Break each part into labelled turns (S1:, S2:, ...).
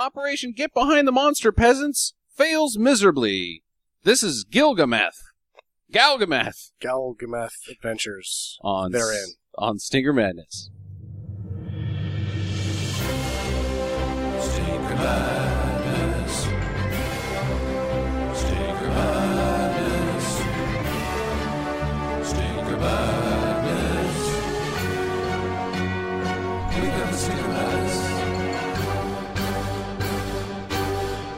S1: Operation Get Behind the Monster Peasants fails miserably. This is Gilgameth. Galgameth
S2: Galgameth Adventures.
S1: on
S2: Therein.
S1: on Stinger Madness.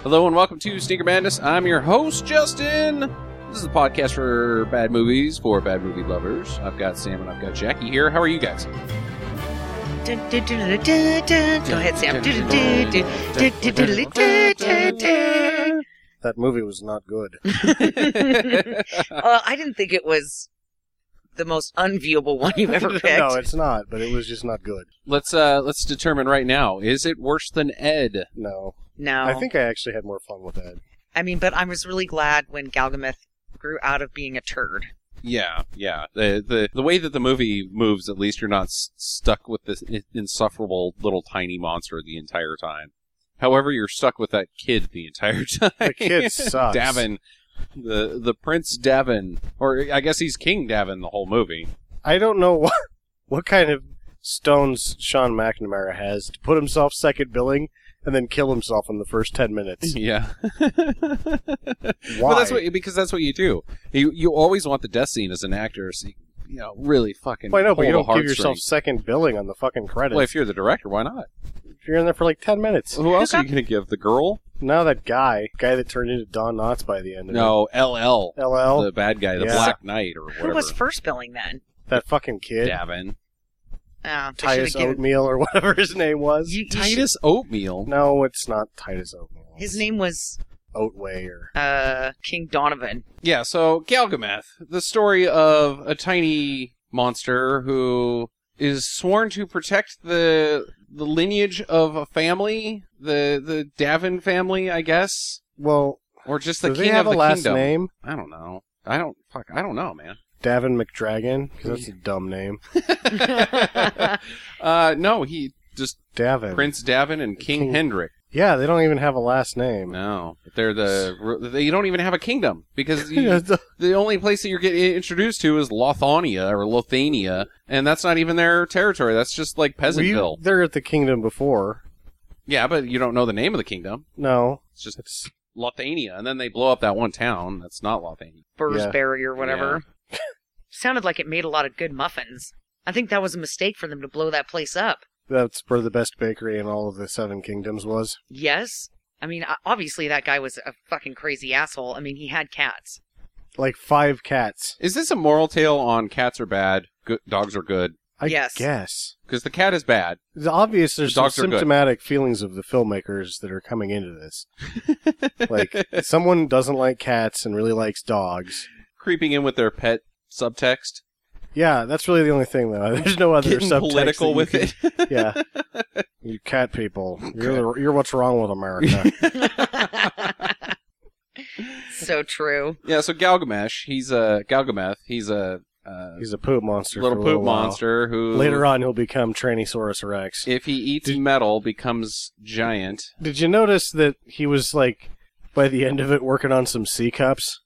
S1: Hello and welcome to Sneaker Madness. I'm your host, Justin. This is a podcast for bad movies for bad movie lovers. I've got Sam and I've got Jackie here. How are you guys?
S3: Dun, dun, dun, dun, dun, dun. Go ahead, Sam. Dun, dun, dun, dun, dun, dun, dun, dun, dun, dun.
S2: That movie was not good.
S3: Uh, I didn't think it was the most unviewable one you've ever picked.
S2: no, it's not, but it was just not good.
S1: let's uh let's determine right now. Is it worse than Ed?
S2: No.
S3: No.
S2: I think I actually had more fun with that.
S3: I mean, but I was really glad when Galgameth grew out of being a turd.
S1: Yeah, yeah. The the the way that the movie moves, at least you're not s- stuck with this i- insufferable little tiny monster the entire time. However, you're stuck with that kid the entire time.
S2: The kid sucks.
S1: Davin, the the Prince Davin, or I guess he's King Davin the whole movie.
S2: I don't know what, what kind of stones Sean McNamara has to put himself second billing and then kill himself in the first 10 minutes.
S1: Yeah.
S2: Why?
S1: Well, that's what because that's what you do. You you always want the death scene as an actor, so you, you know really fucking.
S2: Well, I know, but
S1: pull
S2: you
S1: the
S2: don't give
S1: heartstrings.
S2: yourself second billing on the fucking credits.
S1: Well, if you're the director, why not?
S2: You're in there for like 10 minutes.
S1: Who else are
S3: got-
S1: you gonna give? The girl?
S2: Now that guy, guy that turned into Don Knotts by the end of
S1: No, LL,
S2: it. LL,
S1: the bad guy, the
S2: Oh, Yeah.
S1: Black Knight, or whatever.
S3: Who was first billing then?
S2: that fucking kid.
S1: Davin?
S3: Oh, they should've
S2: Titus
S3: given-
S2: Oatmeal or whatever his name was.
S3: You- you should-
S1: Titus Oatmeal.
S2: No, it's not Titus Oatmeal.
S3: his name was
S2: Oatway or
S3: uh, King Donovan.
S1: Yeah, so Galgameth, the story of a tiny monster who is sworn to protect the the lineage of a family, the the Davin family, I guess,
S2: well,
S1: or just the
S2: does
S1: king
S2: he have
S1: of
S2: a
S1: the
S2: last
S1: kingdom.
S2: name?
S1: I don't know. I don't fuck. I don't know, man.
S2: Davin McDragon, because that's a dumb name.
S1: uh, no, he just
S2: Davin.
S1: Prince Davin and King,
S2: King-
S1: Hendrik.
S2: Yeah, they don't even have a last name.
S1: No, they're the they don't even have a kingdom because you,
S2: It's a-
S1: the only place that you're getting introduced to is Lothania or Lothania, and that's not even their territory. That's just like
S2: we-
S1: Peasantville.
S2: They're at the kingdom before.
S1: Yeah, but you don't know the name of the kingdom.
S2: No,
S1: It's just
S2: it's
S1: Lothania, and then they blow up that one town that's not Lothania.
S3: Bursberry or whatever. Sounded like it made a lot of good muffins. I think that was a mistake for them to blow that place up.
S2: that's where the best bakery in all of the Seven Kingdoms was.
S3: Yes. I mean, o- obviously that guy was a fucking crazy asshole. I mean, he had cats.
S2: Like five cats.
S1: Is this a moral tale on cats are bad, good, dogs are good?
S2: I
S3: Yes.
S2: guess.
S1: Because the cat is bad.
S2: It's obvious there's
S1: The
S2: some
S1: dogs are good.
S2: symptomatic feelings of the filmmakers that are coming into this. like someone doesn't like cats and really likes dogs.
S1: Creeping in with their pet subtext,
S2: Yeah, that's really the only thing though. There's no other
S1: getting
S2: subtext
S1: political
S2: that you
S1: with
S2: can-
S1: it.
S2: Yeah, you cat people, you're the, you're what's wrong with America.
S3: so true.
S1: Yeah, so Galgamesh, he's a Galgameth. He's a uh,
S2: He's a poop monster.
S1: little
S2: for a
S1: poop
S2: little while.
S1: monster who
S2: Later on, he'll become Tyrannosaurus Rex.
S1: if he eats
S2: Did-
S1: metal, becomes giant.
S2: Did you notice that he was like, by the end of it, working on some C cups?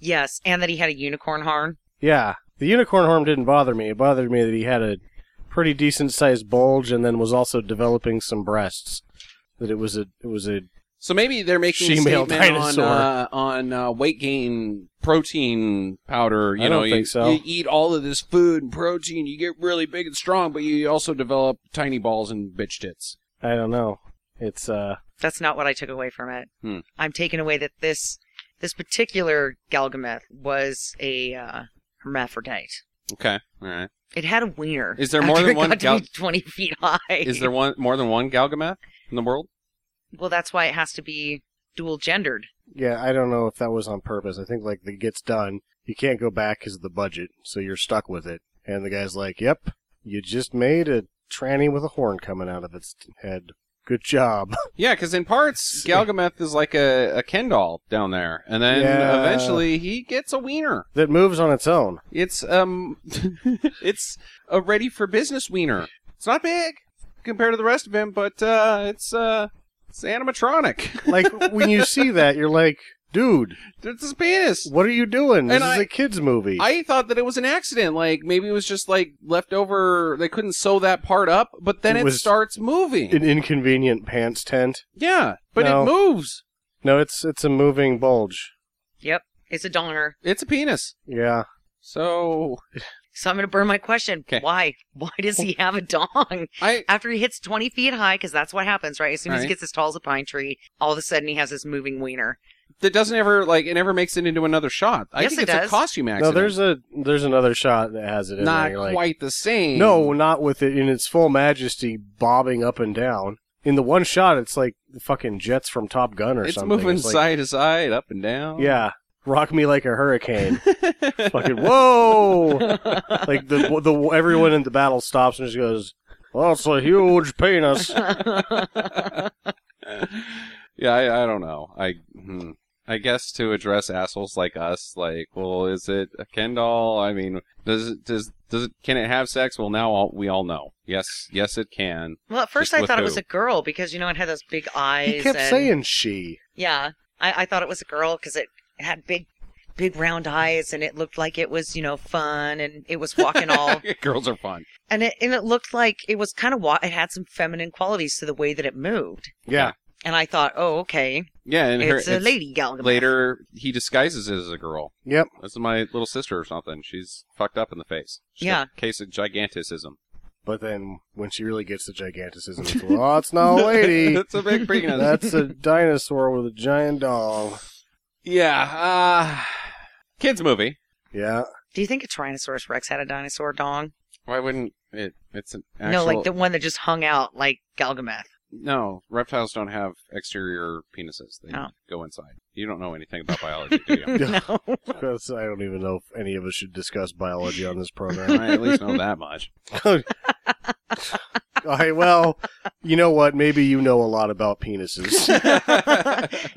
S3: Yes, and that he had a unicorn horn.
S2: Yeah, the unicorn horn didn't bother me. It bothered me that he had a pretty decent sized bulge and then was also developing some breasts. That it was a it was a
S1: So maybe they're making a
S2: She-male
S1: statement
S2: dinosaur.
S1: on uh, on uh, weight gain protein powder. You
S2: I
S1: know,
S2: don't
S1: you,
S2: think so.
S1: you eat all of this food and protein, you get really big and strong, but you also develop tiny balls and bitch tits.
S2: I don't know. It's uh
S3: That's not what I took away from it.
S1: Hmm.
S3: I'm taking away that this this particular Galgameth was a uh, hermaphrodite.
S1: Okay, all right.
S3: It had a wiener.
S1: Is there more
S3: after
S1: than
S3: it
S1: one
S3: got to
S1: Gal-
S3: be Twenty feet high.
S1: Is there one more than one Galgameth in the world?
S3: Well, that's why it has to be dual gendered.
S2: yeah, I don't know if that was on purpose. I think like it gets done, you can't go back because of the budget, so you're stuck with it. And the guy's like, "Yep, you just made a tranny with a horn coming out of its head. Good job."
S1: Yeah, because in parts, Galgameth is like a, a Ken doll down there, and then
S2: Yeah.
S1: eventually he gets a wiener.
S2: that moves on its own.
S1: It's um, it's a ready for business wiener. It's not big compared to the rest of him, but uh, it's uh, It's animatronic.
S2: Like when you see that, you're like, dude,
S1: It's his penis.
S2: what are you doing? This
S1: And
S2: is
S1: I-
S2: a kids movie.
S1: I thought that it was an accident. Like maybe it was just like leftover. They couldn't sew that part up, but then
S2: It
S1: it,
S2: was-
S1: starts moving.
S2: An inconvenient pants tent.
S1: yeah, but
S2: No.
S1: it moves.
S2: No, it's it's a moving bulge.
S3: Yep, it's a donger.
S1: It's a penis.
S2: Yeah.
S1: So
S3: So I'm going to burn my question.
S1: 'Kay.
S3: Why? Why does he have a dong?
S1: I
S3: After he hits 20 feet high, because that's what happens, right? As soon as he
S1: Right.
S3: gets as tall as a pine tree, all of a sudden he has this moving wiener.
S1: that doesn't ever like it never makes it into another shot. I
S3: Yes,
S1: think
S3: it
S1: it's
S3: does.
S1: a costume
S2: No,
S1: accident.
S2: there's a there's another shot that has it in
S1: not
S2: there. You're like,
S1: quite the same.
S2: No, not with it in its full majesty bobbing up and down. In the one shot, it's like the fucking jets from Top Gun or
S1: it's
S2: something.
S1: moving
S2: like,
S1: side to side, up and down.
S2: Yeah, rock me like a hurricane. fucking whoa! Like the the everyone in the battle stops and just goes, "Well, it's a huge penis."
S1: yeah, I, I don't know. I hmm. I guess to address assholes like us, like, well, is it a Ken doll? I mean, does it does does it can it have sex? Well, now all, we all know. Yes, yes, it can.
S3: Well, at first
S1: Just
S3: I
S1: with
S3: thought it
S1: who?
S3: was a girl because, you know, it had those big eyes.
S2: He kept
S3: and-
S2: saying she.
S3: Yeah, I, I thought it was a girl because it had big, big round eyes and it looked like it was, you know, fun and it was walking all.
S1: Girls are fun.
S3: and, it, and it looked like it was kind of, wa- it had some feminine qualities to the way that it moved.
S2: Yeah,
S3: And I thought, oh, okay,
S1: Yeah, and her,
S3: it's a
S1: it's-
S3: lady gal.
S1: Later, he disguises it as a girl.
S2: Yep.
S1: This is my little sister or something. She's fucked up in the face. She's
S3: Yeah.
S1: got a case of gigantism.
S2: but then when she really gets the giganticism, it's, well, it's not a lady.
S1: That's a big penis.
S2: That's a dinosaur with a giant dong.
S1: Yeah. Uh, kids movie.
S2: Yeah,
S3: Do you think a Tyrannosaurus Rex had a dinosaur dong?
S1: Why wouldn't it? It's an actual.
S3: No, like the one that just hung out like Galgameth.
S1: No, reptiles don't have exterior penises. They
S3: Oh.
S1: go inside. You don't know anything about biology, do you?
S3: no.
S2: Because I don't even know if any of us should discuss biology on this program.
S1: I at least know that much.
S2: All right, well, you know what? Maybe you know a lot about penises.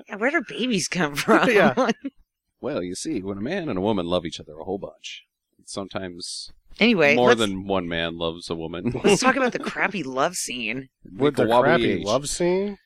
S3: Yeah, where do babies come from?
S2: Yeah.
S1: well, you see, when a man and a woman love each other a whole bunch, sometimes
S3: Anyway,
S1: more
S3: let's,
S1: than one man loves a woman.
S3: let's talk about the crappy love scene,
S1: With
S2: the,
S1: the wobbly
S2: crappy
S1: H.
S2: love scene?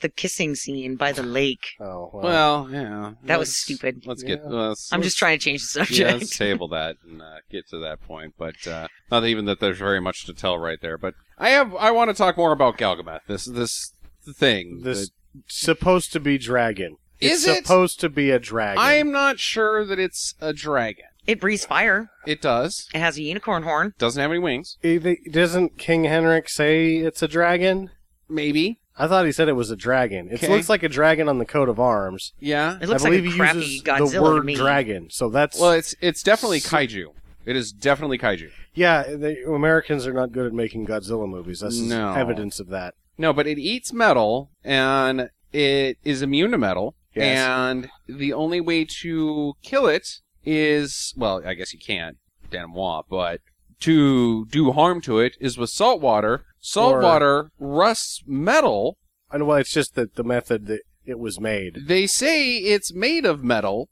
S3: the kissing scene by the lake.
S2: Oh, well.
S1: Well, yeah,
S3: That was
S1: let's-
S3: stupid.
S1: Let's
S2: Yeah.
S1: get. Let's,
S3: I'm
S1: let's-
S3: just trying to change the subject.
S1: Yeah, let's table that and uh, get to that point. But uh, not even that there's very much to tell right there. But I have. I want to talk more about Galgameth. This this thing.
S2: this supposed to be dragon.
S1: Is
S2: it's
S1: it?
S2: supposed to be a dragon.
S1: I'm not sure that it's a dragon.
S3: It breathes fire.
S1: It does.
S3: It has a unicorn horn.
S1: Doesn't have any wings.
S2: Eh, they- Doesn't King Henrik say it's a dragon?
S1: Maybe.
S2: I thought he said it was a dragon. It
S1: Okay.
S2: looks like a dragon on the coat of arms.
S1: Yeah.
S3: It looks
S2: I
S3: like
S2: believe
S3: a
S2: he
S3: crappy
S2: uses
S3: Godzilla
S2: the
S3: to
S2: word
S3: me.
S2: dragon. So that's
S1: Well, it's it's definitely kaiju. It is definitely kaiju.
S2: yeah. The Americans are not good at making Godzilla movies. That's
S1: No.
S2: evidence of that.
S1: No, but it eats metal and it is immune to metal.
S2: Yes.
S1: And the only way to kill it is well, I guess you can't, damn moi, but to do harm to it is with salt water. Salt
S2: Or-
S1: water rusts metal.
S2: And well, it's just that the method that it was made.
S1: They say it's made of metal.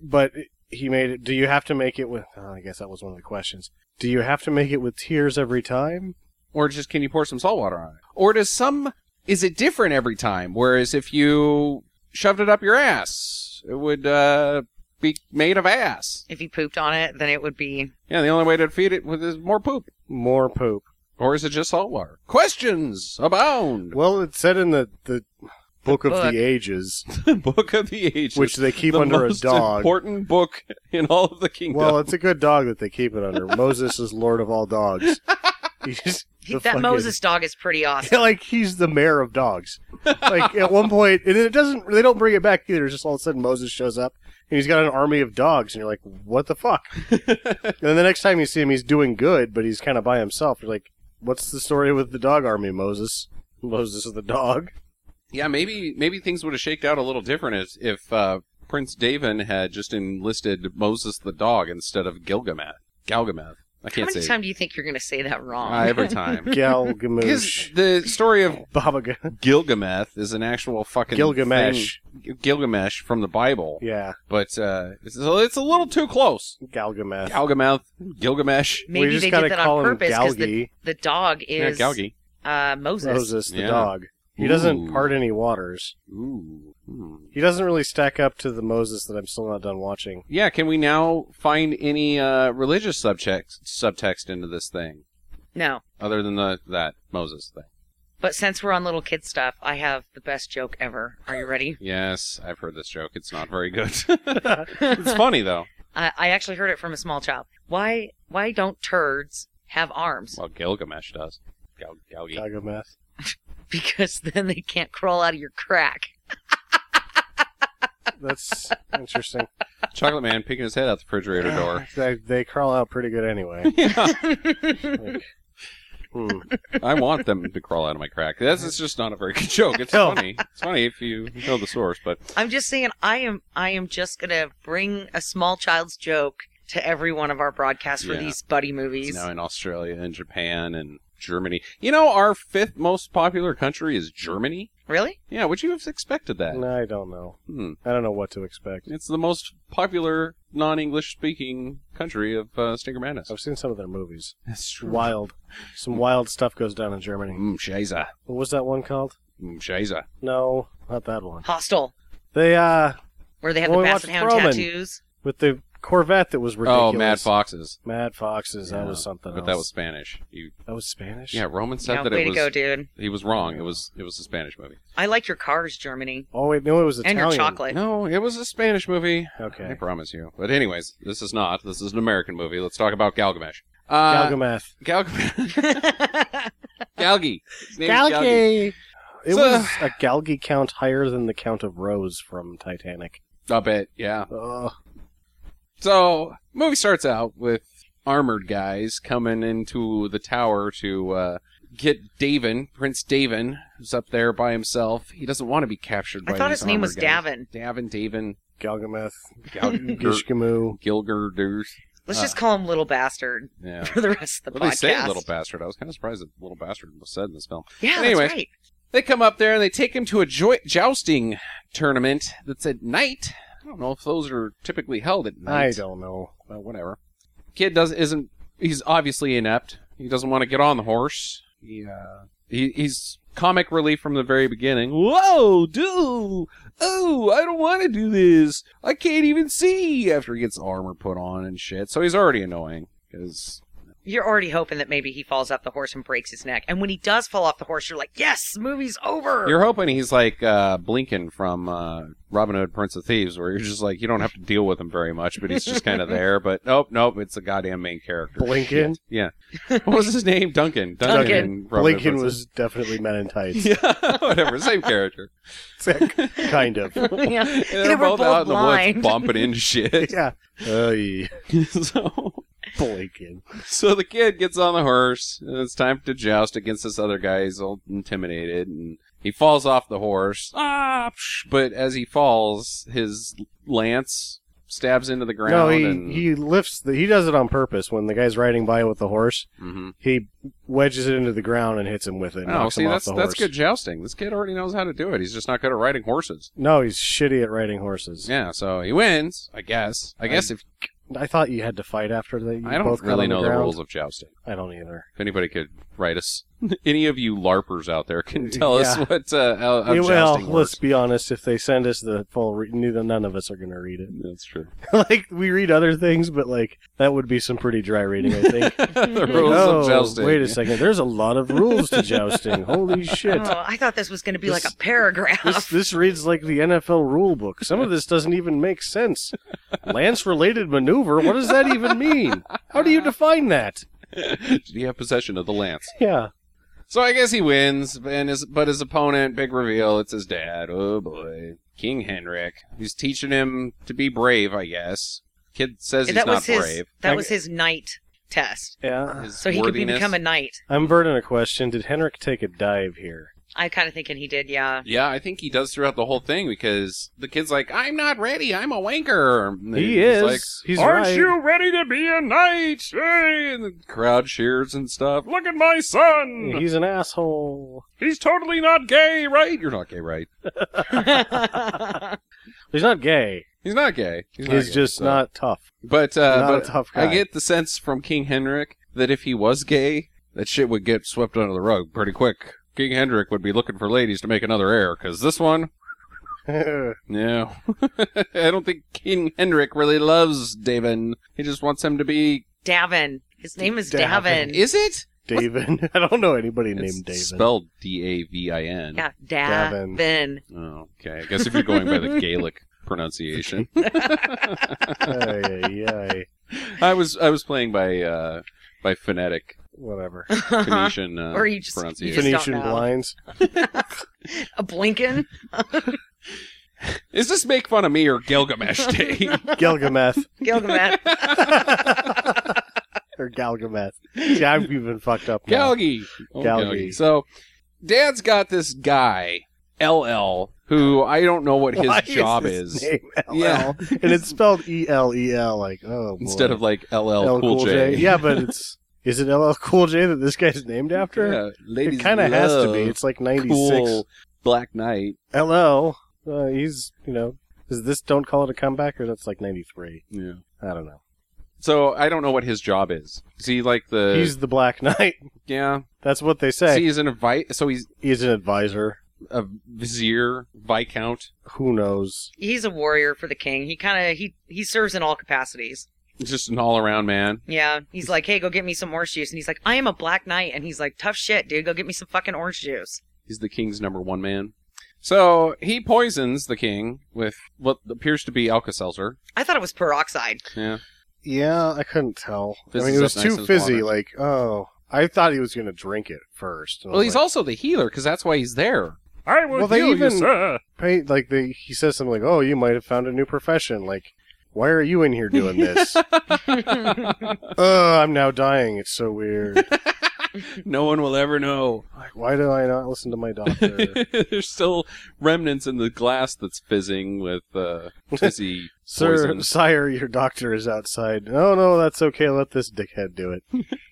S2: But he made it. Do you have to make it with? Oh, I guess that was one of the questions. Do you have to make it with tears every time?
S1: or just can you pour some salt water on it? Or does some is it different every time? Whereas if you shoved it up your ass, it would uh, be made of ass.
S3: If you pooped on it, then it would be.
S1: Yeah, the only way to feed it with is more poop,
S2: More poop.
S1: or is it just salt water? Questions abound.
S2: Well, it said in the the book of
S3: book.
S2: the ages,
S1: book of the ages,
S2: which they keep
S1: the
S2: under a
S1: most
S2: dog.
S1: important book in all of the kingdom.
S2: Well, it's a good dog that they keep it under. Moses is lord of all dogs. He's the
S3: that
S2: fucking-
S3: Moses dog is pretty awesome.
S2: like he's the mayor of dogs. Like at one point, and it doesn't. They don't bring it back either. It's just all of a sudden Moses shows up, and he's got an army of dogs, and you're like, "What the fuck?" and then the next time you see him, he's doing good, but he's kind of by himself. You're like, "What's the story with the dog army, Moses?" Moses is the dog.
S1: yeah, maybe maybe things would have shaked out a little different if, if uh, Prince Davin had just enlisted Moses the dog instead of Gilgamesh. Galgameth. I
S3: How
S1: can't
S3: many
S1: say
S3: times do you think you're going to say that wrong?
S1: Uh, every time. Because
S2: Gilgamesh.
S1: the story of
S2: Baba G-
S1: Gilgamesh is an actual fucking
S2: Gilgamesh.
S1: thing- Gilgamesh from the Bible,
S2: Yeah,
S1: but uh, it's, it's a little too close.
S2: Galgamesh.
S1: Galgameth, Gilgamesh,
S2: we
S3: Maybe
S2: just
S3: they
S2: gotta
S3: did that
S2: call
S3: on purpose
S2: him
S3: because the,
S2: Galgi.
S3: the dog
S1: yeah,
S3: is
S1: Galgi.
S3: uh, Moses.
S2: Moses the
S1: Yeah.
S2: dog. He doesn't
S1: Ooh.
S2: part any waters.
S1: Ooh. Hmm.
S2: He doesn't really stack up to the Moses that I'm still not done watching.
S1: Yeah, can we now find any uh, religious subtext subtext into this thing
S3: No.
S1: other than the that Moses thing?
S3: But since we're on little kid stuff, I have the best joke ever. Are you ready?
S1: Yes, I've heard this joke. It's not very good. it's funny though.
S3: I, I actually heard it from a small child. Why why don't turds have arms?
S1: Well, Gilgamesh does. Gal- Galgi.
S2: Gilgamesh.
S3: Because then they can't crawl out of your crack.
S2: That's interesting.
S1: Chocolate Man peeking his head out the refrigerator door.
S2: They, they crawl out pretty good anyway.
S1: Yeah,
S2: Like, hmm.
S1: I want them to crawl out of my crack. That's it's just not a very good joke. It's
S2: No.
S1: funny. It's funny if you know the source, but
S3: I'm just saying I am I am just gonna bring a small child's joke to every one of our broadcasts for
S1: Yeah.
S3: these buddy movies.
S1: now in Australia and Japan and Germany. You know, our fifth most popular country is Germany.
S3: Really?
S1: Yeah, would you have expected that?
S2: No, I don't know.
S1: Hmm.
S2: I don't know what to expect.
S1: It's the most popular non-English speaking country of uh, Stinker Madness.
S2: I've seen some of their movies.
S1: That's true.
S2: Wild. Some wild stuff goes down in Germany.
S1: Mm, Mshaza.
S2: What was that one called?
S1: Mshaza.
S2: No, not that one.
S3: Hostel,
S2: They, uh,
S3: where they have
S2: Well,
S3: the
S2: we
S3: Basset
S2: watched
S3: Hound
S2: Froman.
S3: tattoos.
S2: with the Corvette that was
S1: Oh,
S2: ridiculous.
S1: Mad Foxes.
S2: Mad Foxes. That
S1: Yeah,
S2: was something
S1: But
S2: else.
S1: that was Spanish. You,
S2: that was Spanish.
S1: yeah, Roman said
S3: No,
S1: that
S3: way
S1: it was.
S3: to go, dude.
S1: He was wrong. It was it was a Spanish movie.
S3: I like your cars, Germany.
S2: Oh wait, no, it was
S3: And
S2: Italian.
S3: your chocolate.
S1: No, it was a Spanish movie. I
S2: Okay.
S1: promise you. But anyways, this is not. This is an American movie. Let's talk about Galgamesh. Uh,
S2: Galgameth.
S1: Galgamesh. Galgi. His name's
S2: It
S1: So-
S2: was a Galgi count higher than the Count of Rose from Titanic.
S1: I bet. Yeah.
S2: Ugh.
S1: So, movie starts out with armored guys coming into the tower to uh, get Davin, Prince Davin, who's up there by himself. He doesn't want to be captured by
S3: I thought
S1: these
S3: his name was
S1: armored
S3: Davin.
S1: guys. Davin, Davin,
S2: Galgameth.
S1: Gilger,
S2: Gishgamu.
S1: Gilger,
S3: Let's
S1: Uh.
S3: just call him Little Bastard
S1: yeah.
S3: for the rest of the
S1: Well, they
S3: podcast.
S1: say little bastard. I was kind of surprised that little bastard was said in this film.
S3: Yeah,
S1: Anyway.
S3: that's right.
S1: They come up there and they take him to a jo- jousting tournament that's at night. I don't know if those are typically held at night.
S2: I don't know.
S1: Well, whatever. Kid doesn't isn't he's obviously inept. He doesn't want to get on the horse. He uh he, he's comic relief from the very beginning. Whoa, dude! Oh, I don't want to do this. I can't even see after he gets armor put on and shit. So he's already annoying because
S3: You're already hoping that maybe he falls off the horse and breaks his neck. And when he does fall off the horse, you're like, yes, movie's over.
S1: you're hoping he's like uh, Blinken from uh, Robin Hood, Prince of Thieves, where you're just like you don't have to deal with him very much, but he's just kind of there. But nope, nope, it's a goddamn main character.
S2: Blinken.
S1: Yeah. What was his name? Duncan. Duncan.
S3: Duncan.
S1: in Robin Hood, Prince
S2: Blinken
S1: of
S2: was definitely men in tights.
S1: Yeah, whatever. Same character.
S2: kind of.
S3: yeah.
S1: And
S3: They were both
S1: out in the
S3: blind.
S1: woods bumping into shit.
S2: Yeah. Oy.
S1: so,
S2: Blinken.
S1: so the kid gets on the horse, and it's time to joust against this other guy. He's all intimidated, and he falls off the horse. Ah! psh, But as he falls, his lance stabs into the ground.
S2: No, he,
S1: and,
S2: he lifts the, he does it on purpose when the guy's riding by with the horse.
S1: Mhm.
S2: He wedges it into the ground and hits him with it.
S1: Oh,
S2: knocks
S1: see,
S2: him off
S1: that's
S2: the
S1: that's
S2: horse.
S1: good jousting. This kid already knows how to do it. He's just not good at riding horses.
S2: No, he's shitty at riding horses.
S1: Yeah, so he wins, I guess. I guess if
S2: I thought you had to fight after that. You
S1: I don't
S2: both got
S1: really
S2: on the
S1: know the
S2: ground.
S1: rules of jousting.
S2: I don't either.
S1: If anybody could write us, any of you LARPers out there can tell us
S2: Yeah.
S1: what uh, how, how
S2: Yeah, well,
S1: jousting
S2: let's
S1: works.
S2: be honest. If they send us the full, re- neither none of us are going to read it.
S1: That's true.
S2: like we read other things, but like that would be some pretty dry reading. I think.
S1: the rules
S2: oh,
S1: of jousting.
S2: wait a second. There's a lot of rules to jousting. Holy shit!
S3: Oh, I thought this was going to be
S2: This-
S3: like a paragraph.
S2: This this reads like the NFL rule book. Some of this doesn't even make sense. Lance related maneuver. What does that even mean? How do you define that?
S1: Did he have possession of the lance?
S2: Yeah.
S1: So I guess he wins, and his but his opponent, big reveal, it's his dad. Oh boy, King Henrik. He's teaching him to be brave. I guess. Kid says he's
S3: that
S1: not
S3: was his.
S1: brave.
S3: That
S2: I-
S3: was his knight test,
S2: Yeah.
S1: His
S3: so he could be
S1: worthiness-
S3: become a knight.
S2: I'm burning a question. Did Henrik take a dive here?
S3: I kind of thinking he did. Yeah.
S1: Yeah, I think he does throughout the whole thing because the kid's like, "I'm not ready. I'm a wanker." And
S2: He
S1: he's
S2: is.
S1: like,
S2: He's
S1: Aren't
S2: right.
S1: you ready to be a knight? Hey! And the crowd cheers and stuff. Look at my son.
S2: He's an asshole.
S1: He's totally not gay, right? You're not gay, right?
S2: He's not gay.
S1: He's not gay. He's, not
S2: He's
S1: gay,
S2: just
S1: so-
S2: not tough.
S1: But uh,
S2: not
S1: but
S2: a tough guy.
S1: I get the sense from King Henrik that if he was gay, that shit would get swept under the rug pretty quick. King Hendrick would be looking for ladies to make another heir, because this one, no. I don't think King Hendrick really loves Davin. He just wants him to be.
S3: Davin. His name is
S2: Davin.
S3: Davin.
S1: Is it?
S2: David. I don't know anybody named David.
S1: It's spelled D A V I N.
S3: Yeah,
S2: Davin.
S3: Davin.
S1: Oh, okay. I guess if you're going by the Gaelic pronunciation,
S2: Ay, ay, ay.
S1: I was I was playing by uh, by phonetic
S2: Whatever.
S1: Phoenician uh,
S3: Uh-huh. Or you just- you
S1: pronunciation.
S3: just- don't
S2: Phoenician
S3: know.
S2: blinds.
S3: A Blinken.
S1: Is this make fun of me or Gilgamesh Day?
S2: Gilgameth.
S3: Gilgamesh.
S2: or Galgameth. See, I've even fucked up now.
S1: Galgi. Oh,
S2: Galgi.
S1: Galgi. So Dad's got this guy LL who I don't know what his
S2: Why
S1: job
S2: his
S1: is.
S2: name LL?
S1: Yeah.
S2: and it's spelled E L E L. Like oh, boy.
S1: Instead of like LL,
S2: LL
S1: Cool, J.
S2: Yeah, but it's is it LL Cool J that this guy's named after?
S1: Yeah, ladies
S2: it kind of has to be.
S1: love
S2: It's like ninety six.
S1: cool Black Knight.
S2: LL. Uh, he's you know is this don't call it a comeback or that's like ninety three?
S1: Yeah.
S2: I don't know.
S1: So I don't know what his job is. Is he like the
S2: he's the Black Knight.
S1: yeah?
S2: That's what they
S1: So
S2: say.
S1: he's an invite. So he's
S2: he's an advisor.
S1: a vizier, viscount.
S2: Who knows?
S3: He's a warrior for the king. He kind of he he serves in all capacities.
S1: Just an all-around man.
S3: Yeah, he's like, hey, go get me some orange juice, and he's like, I am a black knight, and he's like, tough shit, dude, go get me some fucking orange juice.
S1: He's the king's number one man. So he poisons the king with what appears to be Alka-Seltzer.
S3: I thought it was peroxide.
S1: Yeah.
S2: Yeah, I couldn't tell. I
S1: Fizzes
S2: mean, it
S1: up
S2: was
S1: nice
S2: too
S1: as
S2: fizzy.
S1: water.
S2: Like oh, I thought he was gonna drink it first. And I
S1: Well,
S2: was
S1: he's
S2: like,
S1: also the healer because that's why he's there.
S4: I will
S2: Well, they
S4: heal you,
S2: even-
S4: sir.
S2: Right, like they, he says something like, "Oh, you might have found a new profession." Like, why are you in here doing this? oh, I'm now dying. It's so weird.
S1: no one will ever know.
S2: like, why do I not listen to my doctor?
S1: There's still remnants in the glass that's fizzing with uh, fizzy.
S2: Sir,
S1: Poison.
S2: sire, your doctor is outside. No, no, that's okay. Let this dickhead do it.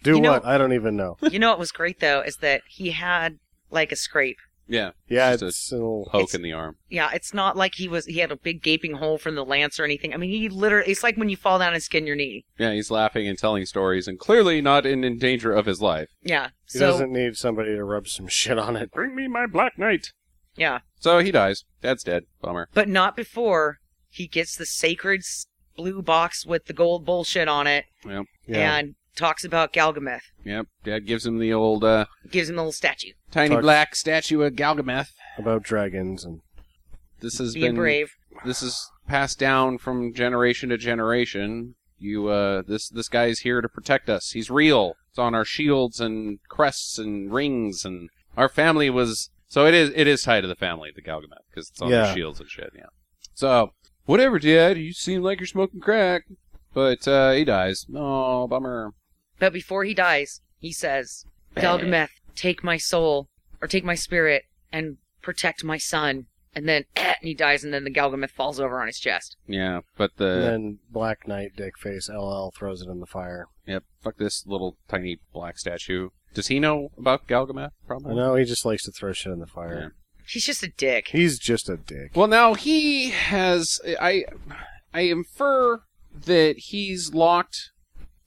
S2: Do
S3: You know-
S2: what? I don't even know.
S3: you know what was great though is that he had like a scrape.
S1: yeah,
S2: Yeah,
S1: Just a-
S2: it's a little-
S1: poke
S3: It's-
S1: in the arm.
S3: Yeah, it's not like he was he had a big gaping hole from the lance or anything. I mean, he literally it's like when you fall down and skin your knee.
S1: Yeah, he's laughing and telling stories, and clearly not in, in danger of his life.
S3: Yeah.
S2: he
S3: So
S2: doesn't need somebody to rub some shit on it.
S4: Bring me my black knight.
S3: yeah,
S1: So he dies. Dad's dead. Bummer.
S3: but not before he gets the sacred s- blue box with the gold bullshit on it
S2: Yeah,
S3: and talks about Galgameth.
S1: Yep. Dad gives him the old uh,
S3: Gives him the little statue.
S1: tiny
S2: Tux.
S1: black statue of Galgameth.
S2: about dragons and
S1: This has
S3: Being
S1: been
S3: brave.
S1: this is passed down from generation to generation. You uh this this guy's here to protect us. He's real. It's on our shields and crests and rings and our family was so it is it is tied to the family, the Galgameth, because it's on
S2: Yeah.
S1: their shields and shit, yeah. So whatever, Dad, you seem like you're smoking crack. But uh he dies. Oh, bummer.
S3: But before he dies, he says, Galgameth, take my soul or take my spirit and protect my son. And then eh, and he dies, and then the Galgameth falls over on his chest.
S1: Yeah, but
S2: and
S1: the
S2: then Black Knight Dickface LL throws it in the fire.
S1: yep, fuck this little tiny black statue. Does he know about Galgameth? Probably.
S2: No, he just likes to throw shit in the fire.
S3: He's just a dick.
S2: He's just a dick.
S1: Well, now he has. I I infer that he's locked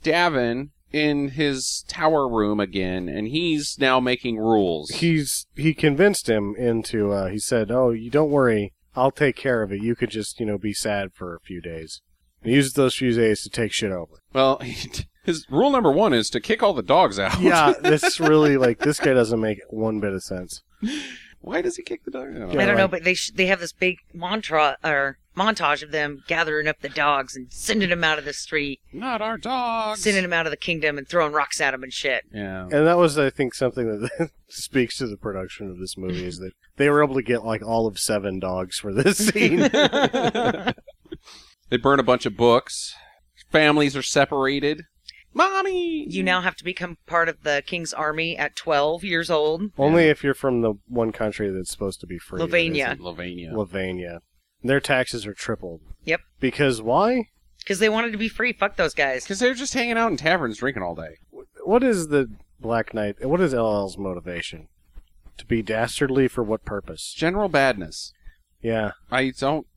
S1: Davin in his tower room again, and he's now making rules.
S2: he's he convinced him into uh he said oh you don't worry i'll take care of it you could just you know be sad for a few days and he used those few days to take shit over
S1: well, his rule number one is to kick all the dogs out.
S2: yeah this really like this guy doesn't make one bit of sense
S1: Why does he kick the dogs out?
S2: Yeah,
S3: I don't know,
S2: like-
S3: but they sh- they have this big mantra or montage of them gathering up the dogs and sending them out of the street,
S1: Not our dogs.
S3: sending them out of the kingdom, and throwing rocks at them and shit.
S1: yeah.
S2: and that was i think something that speaks to the production of this movie is that they were able to get like all of seven dogs for this scene
S1: they burn a bunch of books. Families are separated. Mommy,
S2: Mm.
S3: You now have to become part of the king's army at 12 years old.
S2: only if you're from the one country that's supposed to be free that
S3: Slovenia.
S2: isn't
S1: Slovenia.
S2: Slovenia. their taxes are tripled
S3: Yep.
S2: because why
S3: Because they wanted to be free. Fuck those guys.
S1: Because they're just hanging out in taverns drinking all day.
S2: what is the Black Knight? What is LL's motivation? To be dastardly for what
S1: It's
S2: purpose?
S1: general badness.
S2: Yeah,
S1: I don't.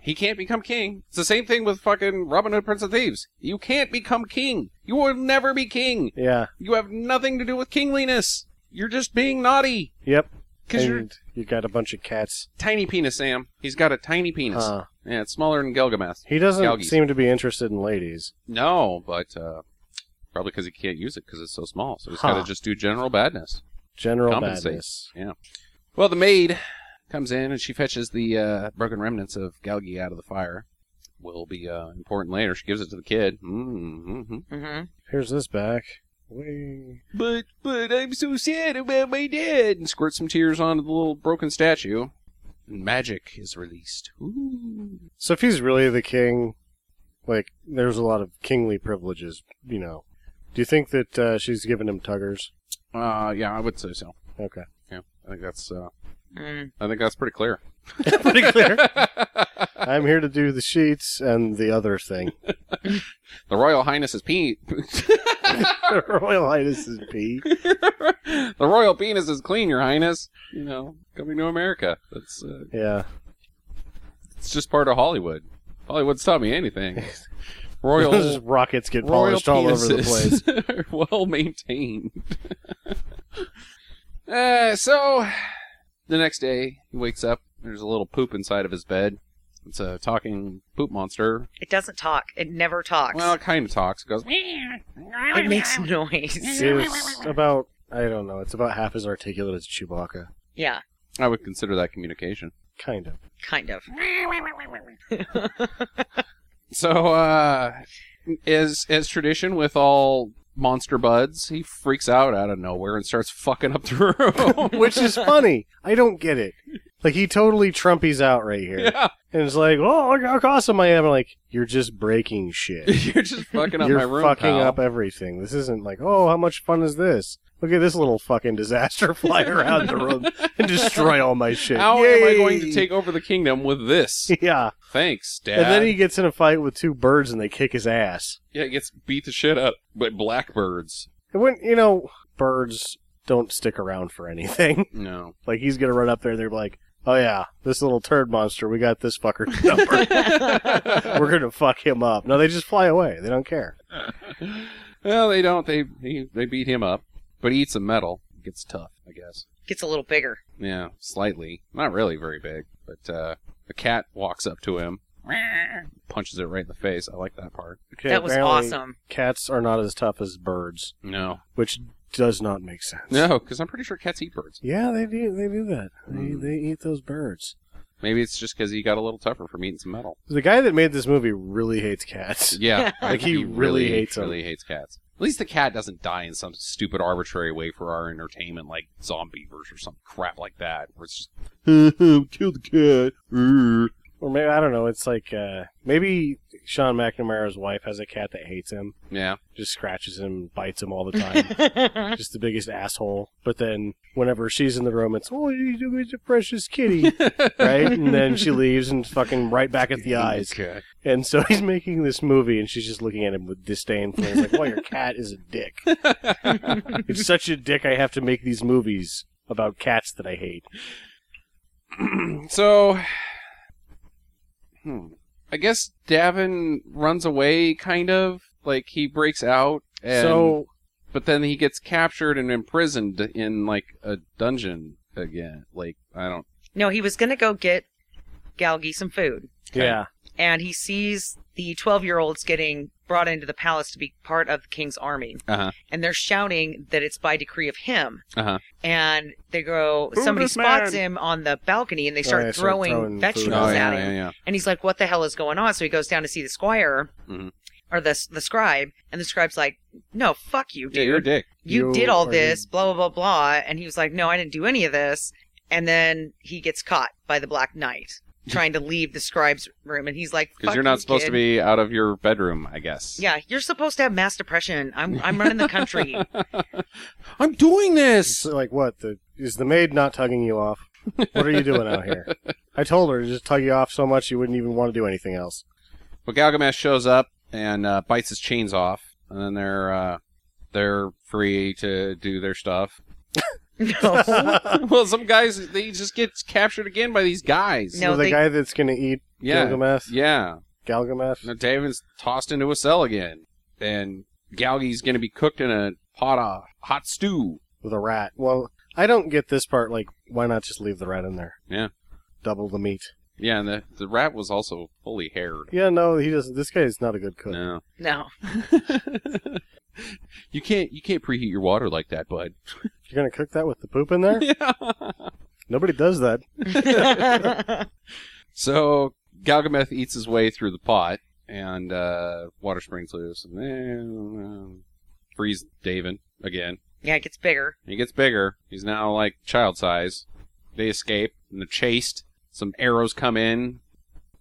S1: He can't become king. It's the same thing with fucking Robin Hood, Prince of Thieves. You can't become king. You will never be king.
S2: yeah.
S1: You have nothing to do with kingliness. You're just being naughty.
S2: Yep.
S1: Because you're
S2: and you got a bunch of cats.
S1: tiny penis, Sam. He's got a tiny penis.
S2: Huh.
S1: Yeah, it's smaller than Gilgamesh.
S2: He doesn't
S1: Galgies.
S2: seem to be interested in ladies.
S1: No, but uh, probably because he can't use it because it's so small. So he's got
S2: Huh.
S1: to just do general badness.
S2: General
S1: Compensates.
S2: badness.
S1: Well, the maid comes in and she fetches the uh, broken remnants of Galgi out of the fire. Will be uh, important later. She gives it to the kid. Mm-hmm.
S3: Mm-hmm.
S2: Here's this back. Whee.
S1: But but I'm so sad about my dad. And squirts some tears onto the little broken statue. And magic is released. Ooh.
S2: So if he's really the king, like there's a lot of kingly privileges, you know. Do you think that uh, she's giving him tuggers?
S1: Uh, yeah, I would say so.
S2: Okay,
S1: Yeah, I think that's uh,
S3: Mm.
S1: I think that's pretty clear.
S2: pretty clear.
S1: the
S2: I'm here to do the sheets and the other thing.
S1: Royal Highness's Pete.
S2: Royal Highness is P.
S1: the royal penis is clean, Your Highness. You know, coming to America. That's uh,
S2: Yeah,
S1: it's just part of Hollywood. Hollywood's taught me anything.
S2: those
S1: Royal
S2: rockets get
S1: royal
S2: polished all over the place.
S1: penises are well maintained. uh, so the next day he wakes up. There's a little poop inside of his bed. It's a talking poop monster.
S3: It doesn't talk. It never talks.
S1: Well, it kind of talks. It goes.
S3: it makes noise.
S2: It was about I don't know. It's about half as articulate as Chewbacca,
S3: yeah,
S1: I would consider that communication.
S2: kind of.
S3: kind of.
S1: So, uh, as as tradition with all monster buds, he freaks out out of nowhere and starts fucking up the room.
S2: Which is funny. I don't get it. Like he totally trumpies out right here,
S1: yeah,
S2: and it's like, oh, look how awesome I am. I'm like you're just breaking shit.
S1: you're just fucking up
S2: You're
S1: my room.
S2: fucking
S1: pal.
S2: up everything. This isn't like, oh, how much fun is this? Look at this little fucking disaster fly around the room and destroy all my shit.
S1: How am I
S2: Yay!
S1: going to take over the kingdom with this?
S2: Yeah,
S1: Thanks, Dad.
S2: and then he gets in a fight with two birds and they kick his ass.
S1: yeah, he gets beat the shit up by blackbirds.
S2: It went, you know, birds don't stick around for anything.
S1: No,
S2: Like he's gonna run up there and they're like, oh yeah, this little turd monster, we got this fucker number. We're gonna fuck him up. No, they just fly away. They don't care.
S1: well, they don't. They he, they beat him up, but he eats a metal. Gets tough, I guess.
S3: Gets a little bigger.
S1: Yeah, slightly. Not really very big, but uh, a cat walks up to him, punches it right in the face. I like that part.
S2: Okay,
S3: that was
S2: apparently
S3: awesome.
S2: Cats are not as tough as birds,
S1: No,
S2: which does not make sense.
S1: no, because I'm pretty sure cats eat birds.
S2: Yeah, they do. They do that.
S1: Mm.
S2: They, they eat those birds.
S1: Maybe it's just because he got a little tougher from eating some metal.
S2: The guy that made this movie really hates cats.
S1: Yeah,
S2: Like, he really hates 'em.
S1: really hates cats. At least the cat doesn't die in some stupid arbitrary way for our entertainment, like zombievers or some crap like that, where it's just kill the cat. Urgh.
S2: Or maybe I don't know. It's like uh, maybe Sean McNamara's wife has a cat that hates him,
S1: Yeah,
S2: just scratches him, bites him all the time. just the biggest asshole. But then whenever she's in the room, it's oh, you do it's a precious kitty, right? And then she leaves and fucking right back at the eyes.
S1: Okay.
S2: And so he's making this movie, and she's just looking at him with disdain. He's like, "Well, your cat is a dick. it's such a dick. I have to make these movies about cats that I hate."
S1: so, hmm. I guess Davin runs away, kind of like he breaks out, and
S2: so
S1: but then he gets captured and imprisoned in like a dungeon again. Like I don't.
S3: no, he was gonna go get Galgi some food,
S1: Okay.
S2: yeah,
S3: and he sees the twelve-year-olds getting brought into the palace to be part of the king's army,
S1: Uh-huh.
S3: and they're shouting that it's by decree of him.
S1: Uh-huh.
S3: And they go,
S2: Who
S3: somebody
S2: this
S3: spots
S2: man?
S3: him on the balcony, and they
S2: Oh,
S3: start
S2: yeah, start
S3: throwing,
S2: throwing food
S3: vegetables
S2: at
S1: Oh
S3: at
S1: yeah,
S3: him.
S1: yeah, yeah.
S3: And he's like, "What the hell is going on?" So he goes down to see the squire
S1: Mhm.
S3: or the the scribe, and the scribe's like, "No, fuck you,
S1: Yeah,
S3: dude.
S1: you're a dick.
S3: you,
S2: You
S3: did all
S2: are-
S3: this, blah blah blah blah." And he was like, "No, I didn't do any of this." And then he gets caught by the Black Knight trying to leave the scribe's room, and he's like,
S1: Because
S3: "Fuck
S1: you're not
S3: you,
S1: supposed to
S3: kid.
S1: be out of your bedroom, I guess.
S3: Yeah, you're supposed to have mass depression. I'm I'm running the country.
S1: I'm doing
S2: it's
S1: this.
S2: like what the is the maid not tugging you off? What are you doing out here? I told her to just tug you off so much you wouldn't even want to do anything else.
S1: But Galgamesh shows up and uh, bites his chains off, and then they're uh, they're free to do their stuff.
S3: no,
S1: well, some guys they just get captured again by these guys.
S3: No,
S2: so the
S3: they-
S2: guy that's gonna eat
S1: Yeah.
S2: Gilgamesh,
S1: Yeah.
S2: Galgameth.
S1: Now Davin's tossed into a cell again, and Galgi's going to be cooked in a pot of hot stew.
S2: with a rat. Well, I don't get this part. Like, why not just leave the rat in there?
S1: Yeah.
S2: Double the meat.
S1: Yeah, and the, the rat was also fully haired.
S2: Yeah, no, he doesn't. This guy is not a good cook.
S1: No.
S3: No.
S1: you can't you can't preheat your water like that, bud.
S2: You're gonna cook that with the poop in there?
S1: Yeah.
S2: Nobody does that.
S1: So Galgameth eats his way through the pot, and uh, water springs loose, and then uh, frees Davin again.
S3: yeah, it gets bigger.
S1: He gets bigger. He's now like child size. They escape and they're chased. Some arrows come in.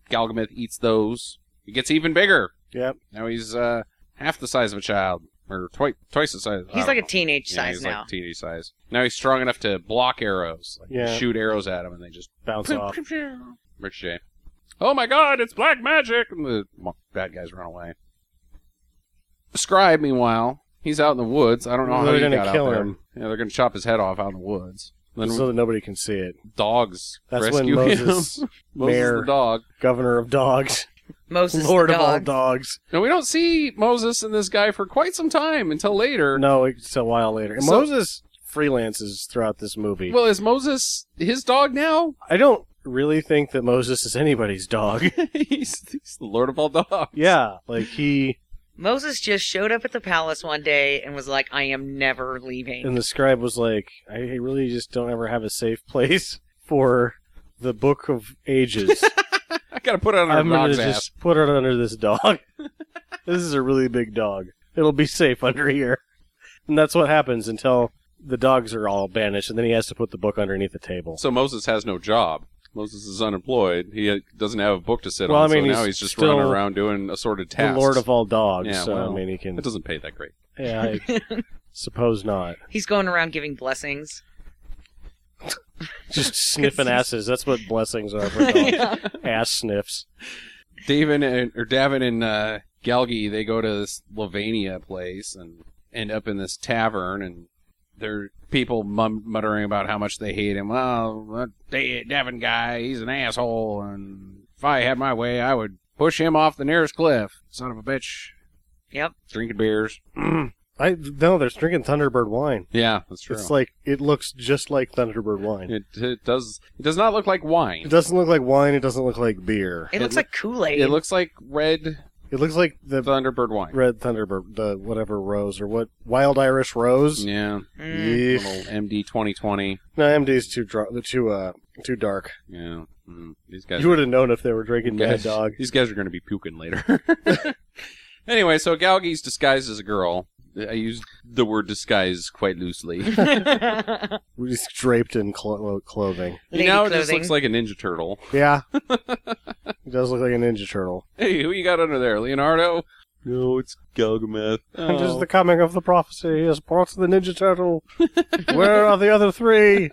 S1: Galgameth eats those. He gets even bigger.
S2: Yep.
S1: Now he's uh, half the size of a child, or twi- twice the size. I
S3: He's
S1: don't
S3: like a
S1: know.
S3: teenage
S1: Oh, Yeah,
S3: size
S1: he's
S3: now.
S1: Like teenage size. Now he's strong enough to block arrows. Like,
S2: Yeah.
S1: Shoot arrows at him, and they just
S2: Bounce off.
S1: Ricochet. Oh my god, it's black magic! And the mo- bad guys run away. The scribe, meanwhile, he's out in the woods. I don't know
S2: Well,
S1: how
S2: they're
S1: he
S2: gonna
S1: got
S2: kill
S1: out there.
S2: him.
S1: Yeah, they're gonna chop his head off out in the woods. Then
S2: so that nobody can see it.
S1: dogs
S2: That's
S1: rescue
S2: when Moses,
S1: him. Moses
S2: Mayor-
S1: the dog.
S2: governor of dogs,
S3: Moses
S2: lord
S3: the
S2: of all
S3: dog.
S2: dogs.
S1: Now we don't see Moses and this guy for quite some time until later.
S2: No, it's a while later. And
S1: So-
S2: Moses freelances throughout this movie.
S1: Well, is Moses his dog now?
S2: I don't really think that Moses is anybody's dog.
S1: he's, he's the lord of all dogs.
S2: yeah, like he
S3: Moses just showed up at the palace one day and was like, "I am never leaving."
S2: and the scribe was like, I really just don't ever have a safe place for the Book of Ages.
S1: I gotta put it on our
S2: I'm gonna
S1: dog's ass.
S2: just put it under this dog. this is a really big dog. It'll be safe under here. And that's what happens until the dogs are all banished, and then he has to put the book underneath the table.
S1: So Moses has no job. Moses is unemployed. He uh, doesn't have a book to sit
S2: Well,
S1: on.
S2: I mean,
S1: so
S2: he's
S1: now he's just
S2: still
S1: running around doing assorted tasks.
S2: The Lord of all dogs.
S1: Yeah,
S2: so
S1: well,
S2: I mean, he can.
S1: it doesn't pay that great.
S2: Yeah, I suppose not.
S3: He's going around giving blessings.
S2: Just sniffing asses. That's what blessings are for dogs.
S1: Oh.
S2: Ass sniffs.
S1: Davin and or Davin and uh, Galgi they go to this Lavania place and end up in this tavern and there are people mum- muttering about how much they hate him. Well, that Da- Davin guy, he's an asshole, and if I had my way, I would push him off the nearest cliff. Son of a bitch.
S3: Yep.
S1: Drinking beers.
S2: I no, they're drinking Thunderbird wine.
S1: Yeah, that's true.
S2: It's like it looks just like Thunderbird wine.
S1: It, it does. It does not look like
S2: It
S1: wine.
S2: doesn't look like wine. It doesn't look like beer.
S3: It looks
S1: look-
S3: like Kool Aid.
S1: It looks like red
S2: It looks like the
S1: Thunderbird wine.
S2: red Thunderbird, the whatever rose or what wild Irish rose.
S1: Yeah,
S3: Mm.
S2: Yeah.
S1: little MD twenty twenty.
S2: No, MD's too dr- too uh too dark.
S1: Yeah, mm. these guys.
S2: You would have known if they were drinking Mad
S1: guys
S2: Dog.
S1: These guys are going to be puking later. anyway, so Galgi's disguised as a girl. I use the word disguise quite loosely. He
S2: He's draped in clo- clothing.
S3: Lady
S1: now just
S3: clothing.
S1: looks like a Ninja Turtle.
S2: Yeah, he does look like a Ninja Turtle.
S1: Hey, who you got under there, Leonardo? Oh, No, it's Galgameth.
S2: It is the coming of the prophecy. He has brought the Ninja Turtle. Where are the other three?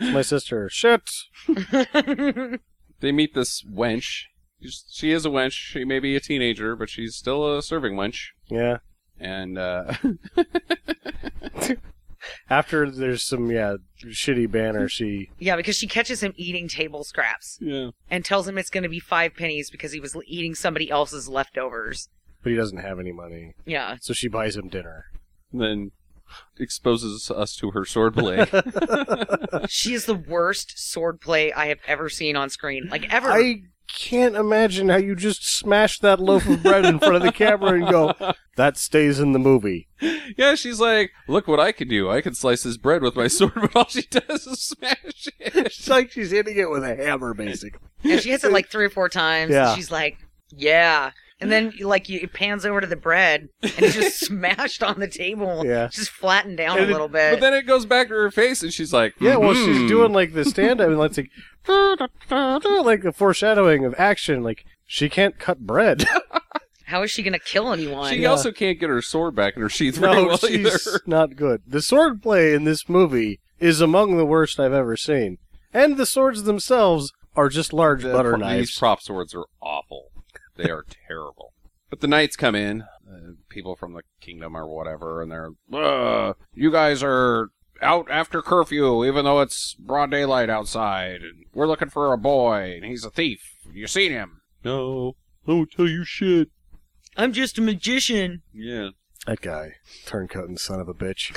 S2: It's my sister. Shit.
S1: they meet this wench. She's- She is a wench. She may be a teenager, but she's still a serving wench.
S2: Yeah.
S1: And uh,
S2: After there's some yeah shitty banner. She
S3: yeah, because she catches him eating table scraps
S1: yeah,
S3: and tells him it's going to be five pennies because he was l- eating somebody else's leftovers.
S2: but he doesn't have any money,
S3: Yeah.
S2: so she buys him dinner.
S1: then exposes us to her sword blade.
S3: she is the worst swordplay I have ever seen on screen. Like, ever.
S2: I can't imagine how you just smash that loaf of bread in front of the camera and go, that stays in the movie.
S1: yeah, she's like, "Look what I can do! I can slice this bread with my sword." But all she does is smash it.
S2: It's like she's hitting it with a hammer, basically.
S3: And she hits it like three or four times.
S2: Yeah.
S3: And she's like, yeah. And then, like, you, it pans over to the bread and it's just smashed on the table.
S2: Yeah.
S3: It's Just flattened down
S2: And
S3: a
S2: it-
S3: little
S1: But
S3: bit.
S1: then it goes back to her face, and she's like,
S2: Yeah, well, she's
S1: "Hmm."
S2: doing like the stand up and like, like, like the foreshadowing of action. Like, she can't cut bread.
S3: How is she going to kill anyone?
S1: She
S2: Yeah.
S1: also can't get her sword back in her sheath very
S2: no,
S1: well
S2: she's
S1: either.
S2: not good. The sword play in this movie is among the worst I've ever seen. And the swords themselves are just large
S1: The
S2: butter
S1: pro-
S2: knives.
S1: These prop swords are awful. They are terrible. But the knights come in, uh, people from the kingdom or whatever, and they're, "Ugh, you guys are out after curfew, even though it's broad daylight outside. And we're looking for a boy, and he's a thief. You seen him? No, I won't tell you shit.
S3: I'm just a magician.
S1: Yeah.
S2: That guy, turncoat and son of a bitch.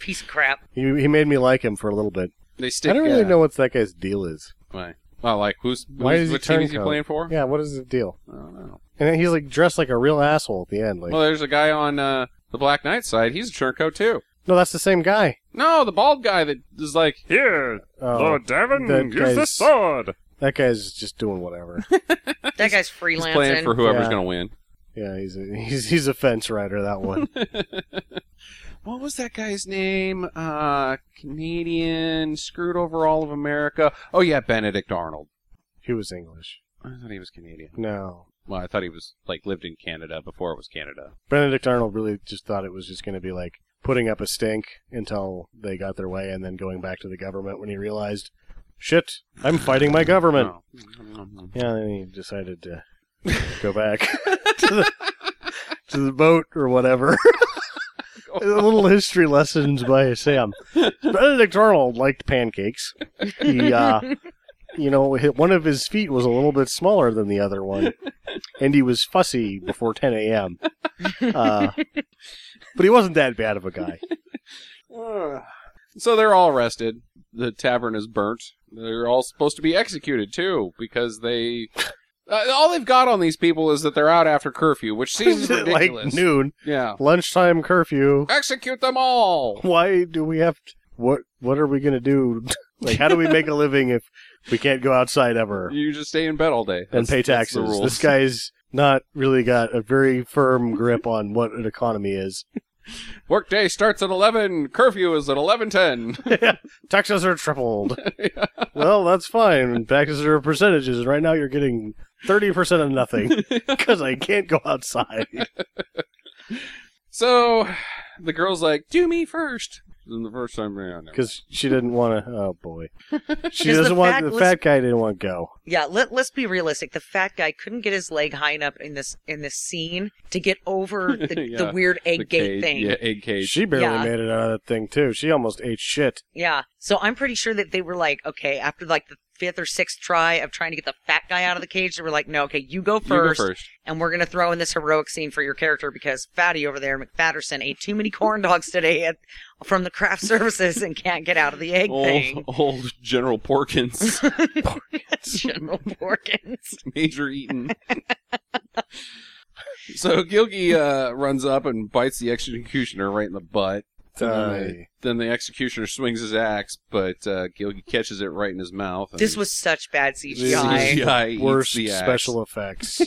S3: piece of crap.
S2: He, he made me like him for a little bit.
S1: They stick.
S2: I don't really
S1: uh,
S2: know what that guy's deal is.
S1: Why? Well, like who's, who's
S2: Why does he
S1: what team
S2: turn
S1: is he
S2: color?
S1: playing for?
S2: Yeah, what is his deal?
S1: I don't know.
S2: And then he's like dressed like a real asshole at the end. Like,
S1: Well, there's a guy on uh, the Black Knight side. He's a turncoat too.
S2: no, that's the same guy.
S1: No, the bald guy that is like,
S4: Here,
S2: Oh,
S4: Lord Davin,
S2: that
S4: use the
S2: guy's-
S4: sword.
S2: that guy's just doing whatever.
S3: That guy's
S1: he's
S3: freelancing.
S1: playing for whoever's
S2: Yeah.
S1: gonna win.
S2: yeah, he's a, he's he's a fence rider. That one.
S1: What was that guy's name? Uh, Canadian, screwed over all of America. Oh yeah, Benedict Arnold.
S2: he was English.
S1: I thought he was Canadian.
S2: No,
S1: Well, I thought he was like lived in Canada before it was Canada.
S2: Benedict Arnold really just thought it was just going to be like putting up a stink until they got their way, and then going back to the government when he realized, shit, I'm fighting my government.
S1: Oh.
S2: Yeah, then he decided to go back to, the, to the boat or whatever. A little history lessons by Sam. Benedict Arnold liked pancakes. He, uh, you know, hi- one of his feet was a little bit smaller than the other one, and he was fussy before 10 a.m. Uh, but he wasn't that bad of a guy.
S1: So they're all arrested. The tavern is burnt. They're all supposed to be executed too because they. Uh, all they've got on these people is that they're out after curfew, which seems
S2: like
S1: ridiculous.
S2: noon,
S1: Yeah.
S2: lunchtime curfew.
S1: Execute them all.
S2: why do we have to, what what are we going to do like how do we make a living if we can't go outside ever
S1: You just stay in bed all day
S2: and
S1: That's-
S2: pay
S1: that's the
S2: taxes
S1: rule.
S2: this guy's not really got a very firm grip on what an economy is
S1: Workday starts at eleven. Curfew is at eleven ten.
S2: taxes are tripled well that's fine taxes are percentages and right now you're getting 30% of nothing because i can't go outside
S1: So the girl's like, "Do me first. And the first time around,
S2: because she didn't want to oh boy she
S3: Because the
S2: doesn't want
S3: fat
S2: the
S3: was-
S2: fat guy didn't want to go
S3: Yeah, let, let's be realistic. The fat guy couldn't get his leg high enough in this in this scene to get over the,
S1: Yeah,
S3: the weird egg
S1: the
S3: gate
S1: cage-
S3: thing.
S1: Yeah, egg cage.
S2: she barely
S3: Yeah.
S2: made it out of that thing too she almost ate shit
S3: Yeah. So I'm pretty sure that they were like, okay, after like the fifth or sixth try of trying to get the fat guy out of the cage, they were like, no, okay, you go
S1: You go
S3: first,
S1: first.
S3: and we're gonna throw in this heroic scene for your character because Fatty over there, McFatterson, ate too many corn dogs today at, from the craft services and can't get out of the egg
S1: Old,
S3: thing.
S1: old General Porkins.
S3: General Morgan's.
S1: Major Eaton. so Gilgi uh, runs up and bites the executioner right in the butt.
S2: Die.
S1: Then the executioner swings his axe, but uh, Gilgi catches it right in his mouth. and
S3: This was such bad CGI.
S1: CGI eats
S2: worst
S1: the axe.
S2: special effects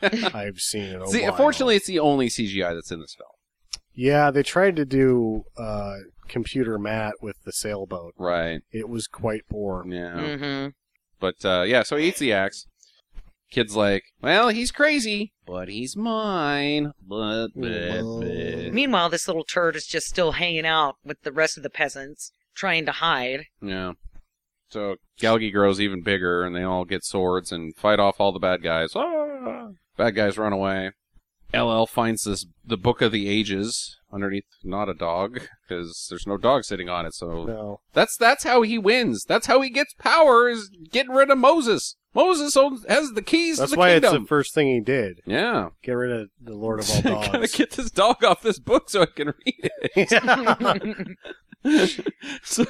S2: I've seen in a
S1: See,
S2: while.
S1: fortunately, it's the only CGI that's in this film.
S2: yeah, they tried to do uh, computer mat with the sailboat.
S1: Right.
S2: It was quite poor.
S1: Yeah.
S3: Mm-hmm.
S1: Mm. But uh, yeah, so he eats the axe. Kid's like, well, he's crazy, but he's mine. Blah, blah, blah.
S3: Meanwhile, this little turd is just still hanging out with the rest of the peasants, trying to hide.
S1: Yeah. So Galgi grows even bigger, and they all get swords and fight off all the bad guys. Ah! Bad guys run away. LL finds this the Book of the Ages underneath not a dog because there's no dog sitting on it. So
S2: No,
S1: that's that's how he wins. That's how he gets power is getting rid of Moses. Moses owns, has the keys
S2: that's
S1: to the
S2: why it's the
S1: kingdom.
S2: first thing he did.
S1: yeah,
S2: Get rid of the Lord of all
S1: I gotta
S2: dogs.
S1: get this dog off this book so I can read it. so,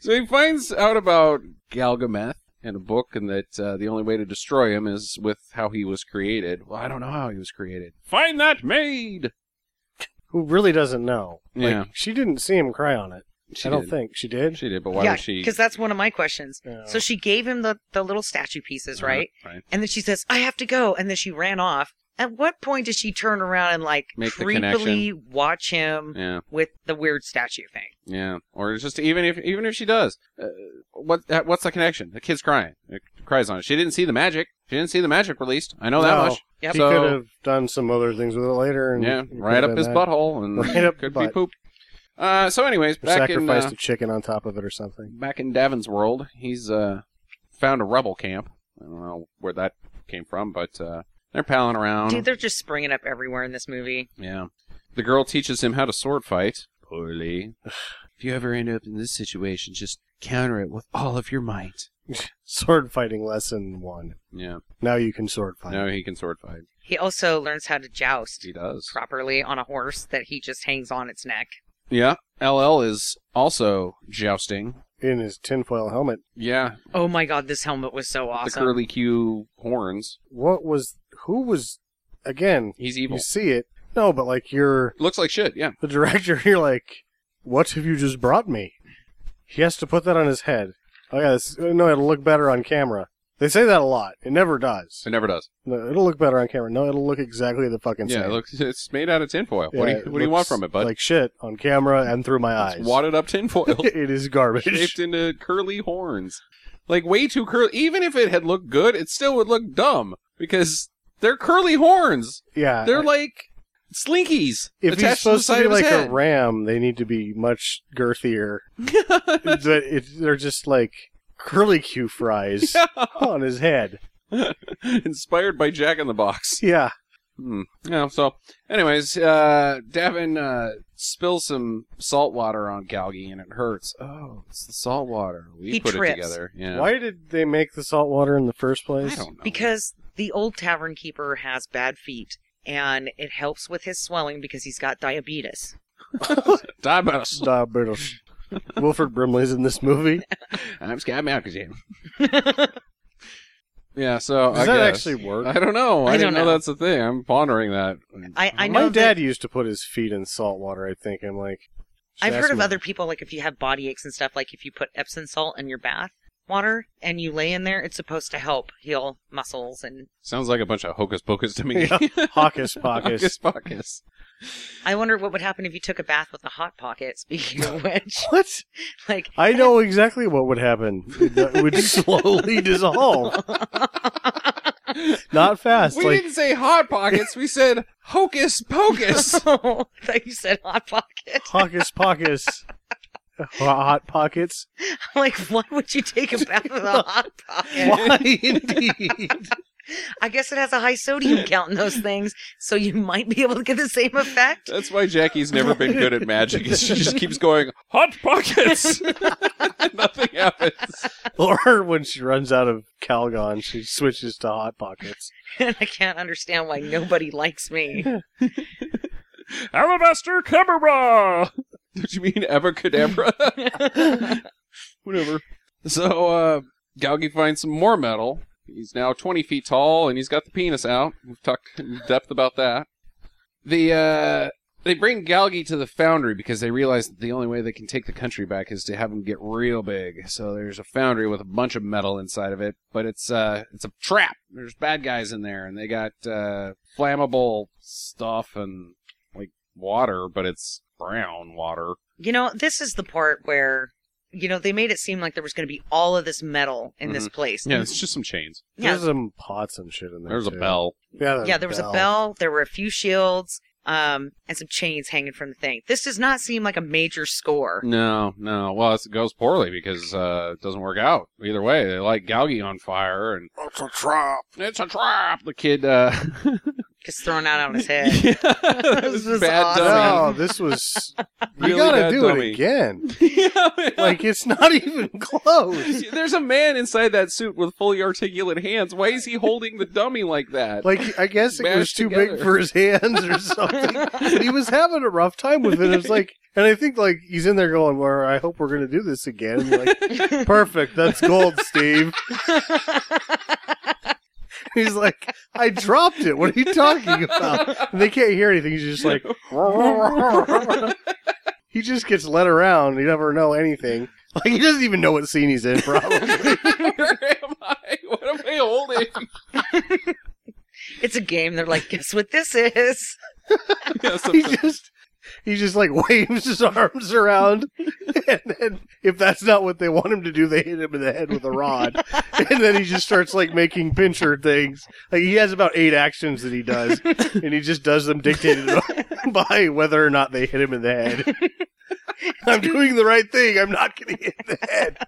S1: so he finds out about Galgameth in a book, and that uh, the only way to destroy him is with how he was created. Well, I don't know how he was created. Find that maid.
S2: Who really doesn't know? Like,
S1: Yeah.
S2: she didn't see him cry on it.
S1: She
S2: I don't
S1: did.
S2: think she did.
S1: she did, but why
S3: yeah,
S1: was she? Oh.
S3: Because that's one of my questions.
S2: Yeah.
S3: So she gave him the, the little statue pieces,
S1: Uh-huh,
S3: right?
S1: right.
S3: And then she says, I have to go. And then she ran off. At what point does she turn around and like
S1: Make the
S3: creepily watch him
S1: Yeah,
S3: with the weird statue thing?
S1: yeah. Or it's just even if even if she does, uh, what uh, what's the connection? The kid's crying. It cries on it. She didn't see the magic. She didn't see the magic released. I know that
S2: No.
S1: much.
S3: Yep.
S2: He
S1: So-
S2: could have done some other things with it later. And
S1: Yeah,
S2: it could
S1: right
S2: have
S1: up
S2: been
S1: his
S2: that.
S1: butthole and
S2: Right up
S1: could
S2: the
S1: be
S2: butt.
S1: poop. Uh, so, anyways,
S2: Or
S1: back in uh,
S2: sacrificed a chicken on top of it or something.
S1: back in Davin's world, he's uh found a rebel camp. I don't know where that came from, but uh, they're palling around.
S3: Dude, they're just springing up everywhere in this movie.
S1: yeah, the girl teaches him how to sword fight. Poorly. if you ever end up in this situation, just counter it with all of your might.
S2: Sword fighting lesson one.
S1: Yeah,
S2: Now you can sword fight.
S1: now he can sword fight.
S3: He also learns how to joust
S1: He does.
S3: properly on a horse that he just hangs on its neck.
S1: Yeah. LL is also jousting.
S2: in his tinfoil helmet.
S1: Yeah.
S3: Oh my god, this helmet was so
S1: The
S3: awesome.
S1: curly Q horns.
S2: What was who was again?
S1: He's evil.
S2: You see it? No, but like you're
S1: Looks like shit. Yeah.
S2: the director. You're like, what have you just brought me? He has to put that on his head. Oh yeah, this, no, it'll look better on camera. They say that a lot. It never does.
S1: It never does.
S2: No, it'll look better on camera. No, it'll look exactly the fucking
S1: yeah.
S2: same.
S1: It looks. It's made out of tinfoil. what do
S2: Yeah,
S1: you, What do you want
S2: looks
S1: from it, bud?
S2: Like shit on camera and through my eyes.
S1: it's wadded up tinfoil.
S2: it is garbage.
S1: shaped into curly horns. Like way too curly. Even if it had looked good, it still would look dumb because they're curly horns.
S2: yeah,
S1: They're like slinkies
S2: if he's
S1: attached to the
S2: supposed to,
S1: side
S2: be
S1: of his
S2: like a
S1: head.
S2: ram, they need to be much girthier. But it, they're just like curly Q fries on his head.
S1: Inspired by Jack in the Box.
S2: Yeah,
S1: Hmm. Yeah. So, anyways, uh, Davin uh, spills some salt water on Galgi, and it hurts. Oh, it's the salt water. We
S3: He
S1: put
S3: trips.
S1: it together. Yeah.
S2: Why did they make the salt water in the first place?
S1: I don't know.
S3: because the old tavern keeper has bad feet and it helps with his swelling because he's got diabetes.
S1: diabetes.
S2: Stop, British. uh, Wilford Brimley's in this movie.
S1: I'm Sky Malkazan. Yeah. So
S2: Does
S1: I
S2: that
S1: guess.
S2: actually work?
S1: I don't know. I,
S3: I
S1: didn't
S3: don't
S1: know.
S3: know.
S1: that's a thing. I'm pondering that.
S3: I, I
S2: My
S3: know that
S2: dad used to put his feet in salt water. I think I'm like. should
S3: I've heard
S2: ask
S3: of
S2: him-
S3: other people like if you have body aches and stuff, like if you put Epsom salt in your bath water and you lay in there, it's supposed to help heal muscles and
S1: Sounds like a bunch of hocus pocus to me.
S2: Yeah. Hocus pocus.
S1: hocus pocus.
S3: I wonder what would happen if you took a bath with a hot pocket, speaking of which.
S2: What?
S3: Like
S2: I know exactly what would happen. It would slowly dissolve. Not fast.
S1: we
S2: like
S1: didn't say hot pockets. We said hocus pocus.
S3: I thought you said hot pocket.
S2: Hocus Pocus. Hot Pockets.
S3: like why would you take a bath with a hot pocket?
S2: Why, indeed?
S3: I guess it has a high sodium count in those things, so you might be able to get the same effect.
S1: That's why Jackie's never been good at magic. is She just keeps going hot pockets. Nothing happens.
S2: Or when she runs out of Calgon, she switches to Hot Pockets.
S3: And I can't understand why nobody likes me.
S1: Alabaster camera. Did you mean abacadabra? Whatever. So uh, Galgi finds some more metal. He's now 20 feet tall, and he's got the penis out. We've talked in depth about that. The uh, they bring Galgi to the foundry because they realize that the only way they can take the country back is to have him get real big. So there's a foundry with a bunch of metal inside of it, but it's uh, it's a trap. There's bad guys in there, and they got uh, flammable stuff and like water, but it's brown water.
S3: You know, this is the part where, you know, they made it seem like there was going to be all of this metal in this place.
S1: Mm-hmm. Yeah, it's just some chains.
S3: Yeah.
S2: There's some pots and shit in there.
S1: There's a
S2: too.
S1: bell.
S2: Yeah, there's
S3: Yeah, there was a bell, there were a few shields, um, and some chains hanging from the thing. This does not seem like a major score.
S1: No, no. Well, it's, it goes poorly because uh, it doesn't work out either way. They light Galgi on fire, and
S2: It's a trap.
S1: it's a trap. The kid, uh,
S3: Just thrown out on his
S1: yeah,
S3: head.
S1: this
S3: was
S1: bad
S2: No, this was. You
S1: Really
S2: gotta
S1: bad
S2: do
S1: dummy.
S2: it again.
S1: dummy. Yeah,
S2: Like, it's not even close.
S1: there's a man inside that suit with fully articulate hands. Why is he holding the dummy like that?
S2: Like, I guess it was
S1: Mashed
S2: too
S1: together.
S2: big for his hands or something. but he was having a rough time with it. It's like, and I think like he's in there going, "Well, I hope we're gonna do this again." And like, perfect. That's gold, Steve. He's like, I dropped it. What are you talking about? And they can't hear anything. He's just like, he just gets led around. You never know anything. Like he doesn't even know what scene he's in. Probably.
S1: Where am I? What am I holding?
S3: It's a game. They're like, guess what this is?
S1: Yeah,
S2: he
S1: something-
S2: just he just like waves his arms around and then if that's not what they want him to do they hit him in the head with a rod and then he just starts like making pincher things like he has about eight actions that he does and he just does them dictated by whether or not they hit him in the head i'm doing the right thing i'm not getting hit in the head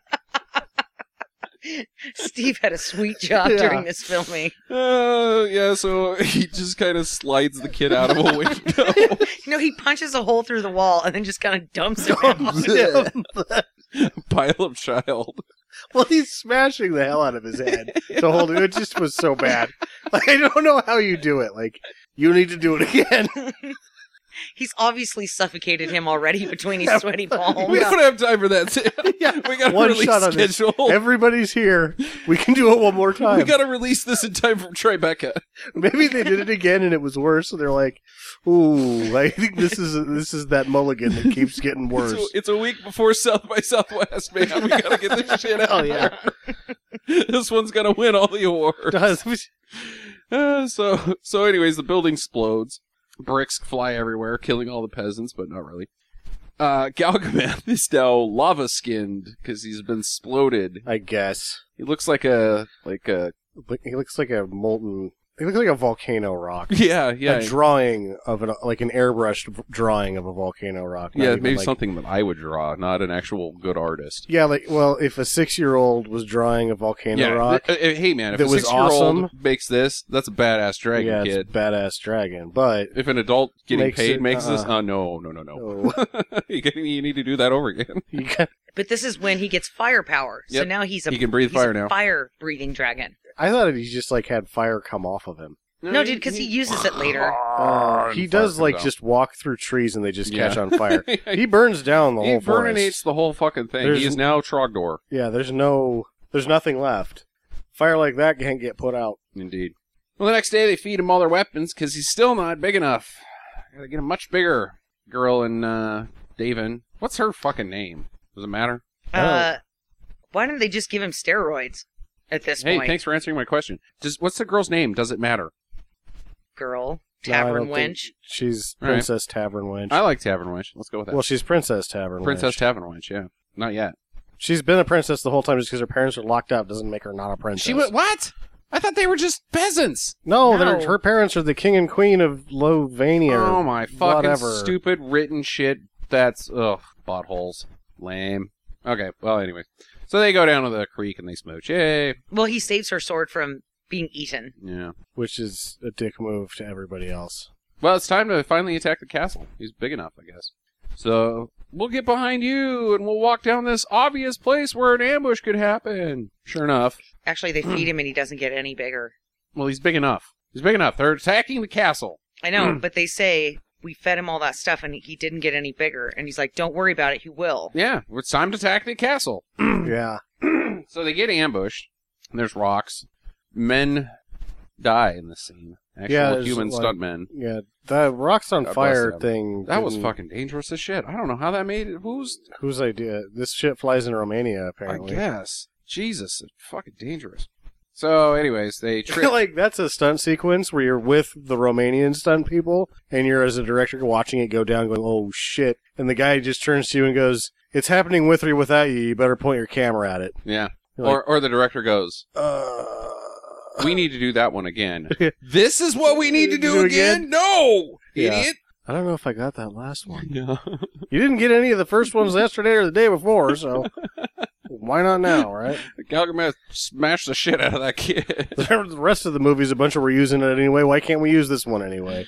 S3: Steve had a sweet job
S2: Yeah.
S3: during this filming.
S1: Uh, yeah, so he just kind of slides the kid out of a window.
S3: You know, he punches a hole through the wall and then just kind of dumps it down.
S1: Pile of child.
S2: well he's smashing the hell out of his head to hold it it just was so bad like i don't know how you do it like you need to do it again
S3: He's obviously suffocated him already between his sweaty palms.
S1: We don't have time for that. Sam.
S2: yeah.
S1: We got to
S2: One
S1: release
S2: shot on this.
S1: schedule.
S2: Everybody's here. We can do it one more time.
S1: We got to release this in time for Tribeca.
S2: Maybe they did it again and it was worse. So they're like, "Ooh, I think this is this is that mulligan that keeps getting worse."
S1: It's a, it's a week before South by Southwest, man. We got to get this shit out.
S2: Hell Oh, yeah.
S1: there. this one's gonna win all the awards.
S2: Does-
S1: Uh, so so anyways, the building explodes. Bricks fly everywhere, killing all the peasants, but not really. Uh, Galgamath is now lava skinned because he's been exploded.
S2: I guess
S1: He looks like a like a
S2: Look- he looks like a molten. He looks like a volcano rock.
S1: yeah yeah
S2: a drawing of an like an airbrushed v- drawing of a volcano rock. not
S1: yeah
S2: even,
S1: maybe
S2: like-
S1: something that I would draw, not an actual good artist.
S2: Yeah, like well, if a six-year-old was drawing a volcano
S1: yeah,
S2: rock,
S1: th- uh, uh, hey man, if
S2: that
S1: a
S2: was
S1: six year old
S2: awesome.
S1: makes this, that's a badass dragon
S2: yeah,
S1: kid.
S2: it's a badass dragon. But
S1: if an adult getting
S2: Makes
S1: paid
S2: it-
S1: makes this,
S2: uh-uh.
S1: oh no, no, no, no.
S2: oh,
S1: you, can- you need to do that over again.
S2: you got-
S3: But this is when he gets firepower. So
S1: Yep.
S3: now he's a
S1: he can breathe
S3: he's a
S1: fire now.
S3: Fire breathing dragon.
S2: I thought he just like had fire come off of him.
S3: No, dude, because he uses it later.
S1: Oh.
S2: Uh, he
S1: and
S2: does
S1: fire
S2: like
S1: comes out.
S2: just walk through trees and they just
S1: Yeah.
S2: catch on fire.
S1: he
S2: he burns down the whole
S1: burninates
S2: forest.
S1: the whole fucking thing.
S2: There's-
S1: he is now Trogdor.
S2: Yeah, there's no, there's nothing left. Fire like that can't get put out.
S1: Indeed. Well, the next day they feed him all their weapons because he's still not big enough. Gotta get him much bigger. Girl and uh, Davin. What's her fucking name? Does it matter?
S2: Oh.
S3: Uh, why didn't they just give him steroids at this
S1: Hey,
S3: point?
S1: thanks for answering my question. Does what's the girl's name? Does it matter?
S3: Girl,
S2: No, I
S3: tavern
S2: don't think-
S3: wench.
S2: She's
S1: All right.
S2: Princess Tavern Wench.
S1: I like Tavern Wench. Let's go with that.
S2: well, she's Princess Tavern
S1: Princess
S2: Wench.
S1: Tavern Wench. Yeah, not yet.
S2: she's been a princess the whole time just because her parents are locked up doesn't make her not a princess.
S1: She went what? I thought they were just peasants.
S2: no,
S3: No.
S2: they're- her parents are the king and queen of Lovania.
S1: oh my fucking
S2: whatever.
S1: stupid written shit. That's ugh buttholes. Lame. Okay. Well, anyway, so they go down to the creek and they smooch. Yay.
S3: Well, he saves her sword from being eaten.
S1: Yeah.
S2: Which is a dick move to everybody else.
S1: Well, it's time to finally attack the castle. He's big enough, I guess. So we'll get behind you and we'll walk down this obvious place where an ambush could happen. Sure enough.
S3: Actually, they feed him and he doesn't get any bigger.
S1: Well, he's big enough. He's big enough. They're attacking the castle.
S3: I know,
S1: Mm.
S3: but they say we fed him all that stuff and he didn't get any bigger. And he's like, "Don't worry about it. He will."
S1: Yeah, it's time to attack the castle.
S2: yeah.
S1: so they get ambushed. And there's rocks. Men die in this scene. Actual
S2: Yeah, there's
S1: human
S2: like-
S1: stuntmen.
S2: Yeah. The rocks on
S1: God bless
S2: fire
S1: them.
S2: thing.
S1: That was
S2: didn't-
S1: fucking dangerous as shit. I don't know how that made it. Who's?
S2: Whose idea? This shit flies in Romania, apparently.
S1: I guess. Jesus, it's fucking dangerous. So, anyways, they
S2: I
S1: trip.
S2: feel like that's a stunt sequence where you're with the Romanian stunt people, and you're as a director watching it go down, going, "Oh shit!" And the guy just turns to you and goes, "It's happening with or without you. You better point your camera at it."
S1: Yeah.
S2: You're
S1: or, or the director goes,
S2: Uh,
S1: "We need to do that one again. this is what we need to do, again? No,
S2: Yeah.
S1: idiot."
S2: I don't know if I got that last one.
S1: Yeah.
S2: You didn't get any of the first ones yesterday or the day before, so why not now, right?
S1: Galgameth smashed the shit out of that kid.
S2: The rest of the movie's a bunch of reusing it anyway. Why can't we use this one anyway?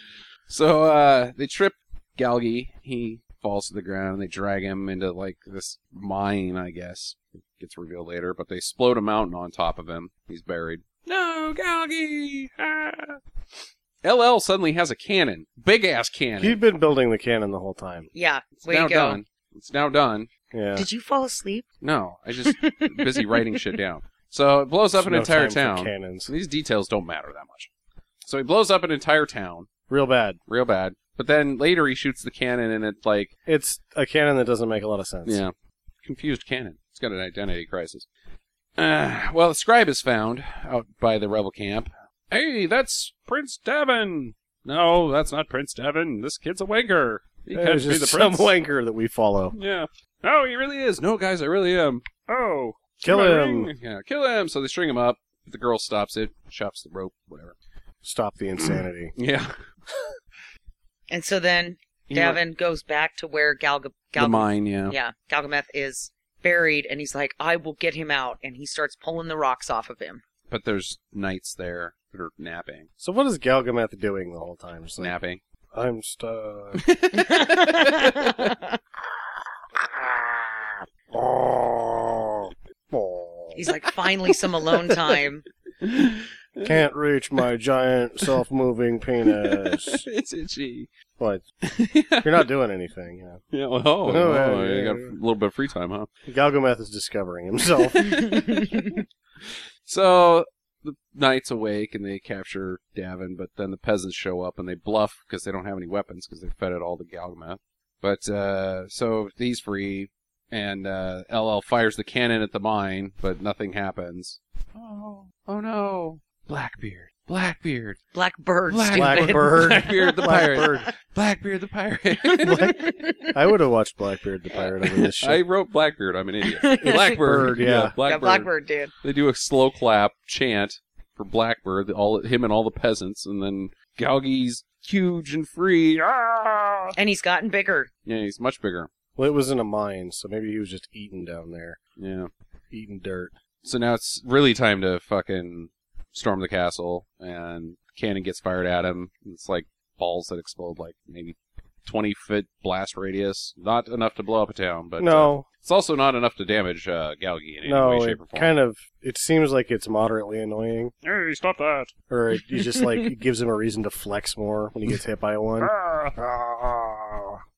S1: So uh, they trip Galgi. He falls to the ground and they drag him into like this mine, I guess. It gets revealed later, but they explode a mountain on top of him. He's buried. No, Galgi! Ah. LL suddenly has a cannon. Big ass cannon.
S2: He'd been building the cannon the whole time.
S3: Yeah,
S1: it's
S3: way
S1: now
S3: to go.
S1: done. It's now done.
S2: Yeah.
S3: Did you fall asleep?
S1: No, I just busy writing shit down. So it blows up
S2: There's
S1: an
S2: no
S1: entire
S2: time
S1: town.
S2: for Cannons.
S1: So these details don't matter that much. So he blows up an entire town,
S2: Real bad.
S1: real bad. But then later he shoots the cannon and it like
S2: It's a canon that doesn't make a lot of sense.
S1: Yeah. Confused canon. It's got an identity crisis. Uh, well, the scribe is found out by the rebel camp. Hey, that's Prince Davin. No, that's not Prince Davin. This kid's a wanker. He
S2: There's
S1: can't be
S2: just
S1: the
S2: some
S1: prince.
S2: wanker that we follow.
S1: Yeah. No, he really is. No, guys, I really am. Oh,
S2: Kill
S1: my
S2: him.
S1: ring. Yeah, kill him. So they string him up. The girl stops it, chops the rope, whatever.
S2: Stop the insanity.
S1: Yeah.
S3: And so then Davin goes back to where Galga
S1: the
S3: Galga
S1: mine. Yeah.
S3: yeah, Galgameth is buried, and he's like, "I will get him out," and he starts pulling the rocks off of him.
S1: But there's knights there that are napping,
S2: So what is Galgameth doing the whole time? Just like,
S1: napping.
S2: I'm stuck. Oh, oh.
S3: he's like, "Finally, some alone time."
S1: Uh,
S2: Can't reach my giant self-moving penis.
S1: it's itchy.
S2: Well, it's-
S1: yeah,
S2: you're not doing anything, you know.
S1: well, oh,
S2: Oh, yeah,
S1: oh, you
S2: yeah,
S1: got
S2: yeah.
S1: a little bit of free time, huh?
S2: Galgameth is discovering himself.
S1: So the knight's awake and they capture Davin, but then the peasants show up and they bluff because they don't have any weapons because they fed it all to Galgameth. But uh, so he's free, and uh, LL fires the cannon at the mine, but nothing happens. Oh, oh no! Blackbeard, Blackbeard,
S3: Blackbird.
S1: Black-
S3: stupid.
S2: Blackbird.
S1: Blackbeard the pirate,
S2: Blackbird.
S1: Blackbeard the pirate.
S2: I would have watched Blackbeard the Pirate over this
S1: I
S2: shit.
S1: wrote Blackbeard. I'm an idiot.
S3: Yeah,
S1: Blackbird,
S2: Bird, yeah.
S1: yeah,
S2: Yeah,
S1: Blackbird.
S3: Blackbird, dude.
S1: They do a slow clap chant for Blackbird, all him and all the peasants, and then Galgi's huge and free. Ah!
S3: And he's gotten bigger.
S1: Yeah, he's much bigger.
S2: Well, it was in a mine, so maybe he was just eating down there,
S1: Yeah.
S2: eating dirt.
S1: So now it's really time to fucking storm the castle, and cannon gets fired at him. It's like balls that explode, like maybe twenty foot blast radius. Not enough to blow up a town, but uh,
S2: no,
S1: it's also not enough to damage uh, Galgi in any
S2: no,
S1: way,
S2: it
S1: shape, or form.
S2: kind of. It seems like it's moderately annoying,
S1: Hey, stop that!
S2: or it, it just like it gives him a reason to flex more when he gets hit by one. Ah.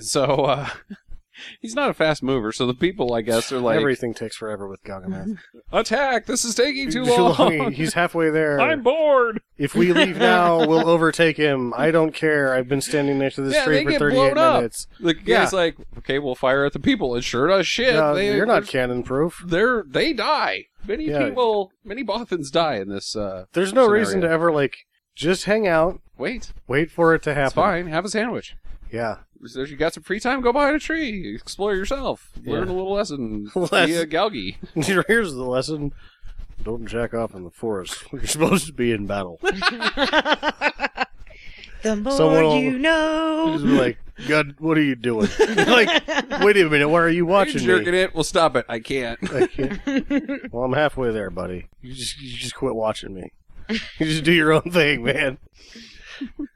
S1: So uh, he's not a fast mover, so the people, I guess, are like,
S2: Everything takes forever with Galgameth.
S1: "Attack! This is taking too
S2: Too
S1: long.
S2: He's halfway there.
S1: I'm bored."
S2: If we leave now, we'll overtake him. I don't care. I've been standing next to this
S1: Yeah, they
S2: tree for
S1: get
S2: 38
S1: blown up.
S2: minutes.
S1: The guy's
S2: Yeah.
S1: like, "Okay, we'll fire at the people." And sure does shit.
S2: No,
S1: they,
S2: you're not cannon proof.
S1: They're they die. Many
S2: Yeah.
S1: people, many Bothans die in this. Uh,
S2: There's no reason to
S1: Scenario.
S2: ever like just hang out,
S1: wait,
S2: wait for it to happen.
S1: it's fine. Have a sandwich.
S2: Yeah,
S1: So if you got some free time, go behind a tree, explore yourself, learn
S2: Yeah.
S1: a little lesson.
S2: Lesson.
S1: Be a Galgi.
S2: here's the lesson: don't jack off in the forest. You're supposed to be in battle.
S3: The more
S2: Someone will-
S3: you
S2: Just
S3: know.
S2: be like, God, what are you doing? like, wait a minute, why are you watching
S1: You're jerking
S2: me?
S1: it. Well, stop it. I can't.
S2: I can't- well, I'm halfway there, buddy. You just, you just quit watching me. You just do your own thing, man.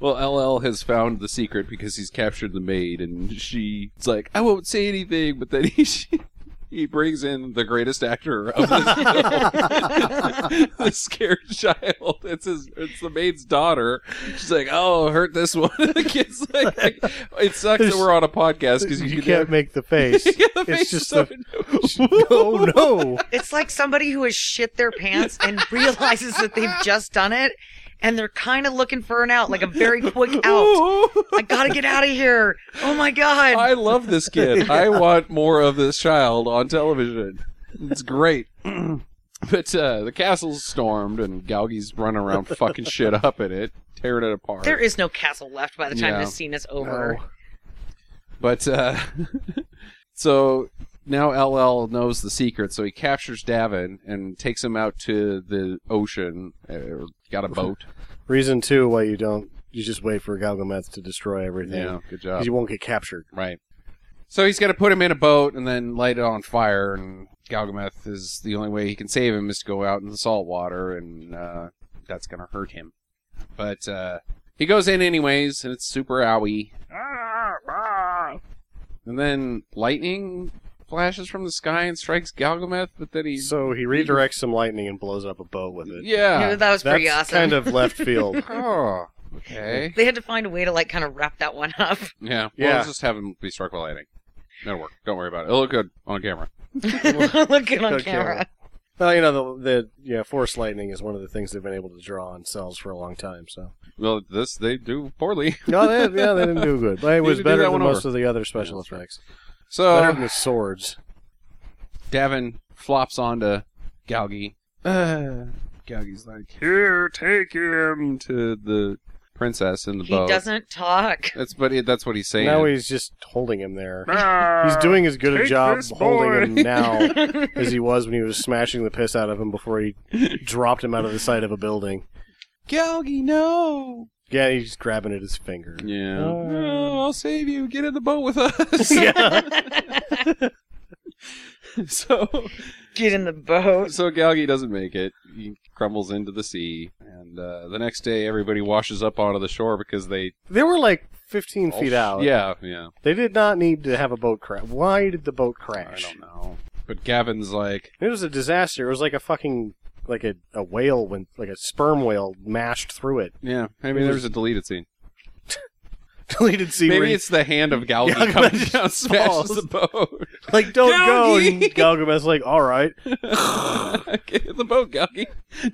S1: Well, LL has found the secret because he's captured the maid, and she's like, "I won't say anything," but then he she, he brings in the greatest actor of this film, the scared child. It's his, it's the maid's daughter. She's like, "Oh, hurt this one." And the kid's like, "It sucks that we're on a podcast because you,
S2: you,
S1: can
S2: can't
S1: never-
S2: make the face.
S1: Yeah, the face
S2: it's
S1: is
S2: just
S1: so-
S2: oh no!
S3: It's like somebody who has shit their pants and realizes that they've just done it and they're kind of looking for an out, like a very quick out. I gotta get out of here. Oh my god.
S1: I love this kid. I want more of this child on television. It's great. but uh, the castle's stormed, and Galgi's running around fucking shit up in it, tearing it apart.
S3: there is no castle left by the time
S1: No.
S3: this scene is over.
S1: But uh, so now LL knows the secret, so he captures Davin and takes him out to the ocean. Uh, got a boat.
S2: Reason two why you don't you just wait for Galgameth to destroy everything.
S1: Yeah, good job.
S2: 'Cause you won't get captured.
S1: Right. So he's got to put him in a boat and then light it on fire. And Galgameth is the only way he can save him is to go out in the salt water, and uh, that's gonna hurt him. But uh, he goes in anyways, and it's super owie. And then lightning flashes from the sky and strikes Galgameth, but then he's
S2: So he redirects some lightning and blows up a boat with it.
S1: yeah.
S3: Yeah, that was
S2: That's
S3: pretty awesome.
S2: kind of left field.
S1: Oh, okay.
S3: They had to find a way to like kind of wrap that one up.
S1: Yeah. Well,
S2: Yeah.
S1: let's just have him be struck by lightning. That'll work. Don't worry about it. It'll look good on camera.
S3: Looking on
S2: Good
S3: camera.
S2: well, you know the the yeah force lightning is one of the things they've been able to draw on cells for a long time. So
S1: Well, this they do poorly.
S2: no, they, yeah, they didn't do good, but it
S1: Need
S2: was
S1: to do
S2: better
S1: that
S2: than
S1: one
S2: most of the other special
S1: Yeah, that's right.
S2: effects.
S1: So
S2: better than the swords.
S1: Davin flops onto Galgi. Uh, Galgi's like, here, take him to the princess in the
S3: He
S1: boat.
S3: doesn't talk.
S1: That's but it, that's what he's saying.
S2: Now he's just holding him there. He's doing as good a
S1: take
S2: job
S1: this
S2: holding
S1: boy.
S2: him now as he was when he was smashing the piss out of him before he dropped him out of the side of a building.
S1: Galgi, no.
S2: Yeah, he's grabbing at his finger.
S1: Yeah.
S2: Uh.
S1: no, I'll save you. Get in the boat with us.
S2: Yeah.
S1: so
S3: Get in the boat.
S1: so Galgi doesn't make it. He crumbles into the sea, and uh, the next day everybody washes up onto the shore because they
S2: They were like 15 feet out.
S1: Yeah, yeah.
S2: They did not need to have a boat crash. Why did the boat
S1: I
S2: crash?
S1: don't know. But Gavin's like,
S2: It was a disaster. It was like a fucking like a, a whale when like a sperm whale mashed through it.
S1: Yeah, maybe there's a deleted scene.
S2: Deleted scene. where
S1: Maybe
S2: he-
S1: it's the hand of Galgi
S2: Galgi
S1: coming
S2: just
S1: down, smashes
S2: falls.
S1: the boat.
S2: like don't go.
S1: Galgi!
S2: And Galgameth's like, all right,
S1: Get the boat, Galgi.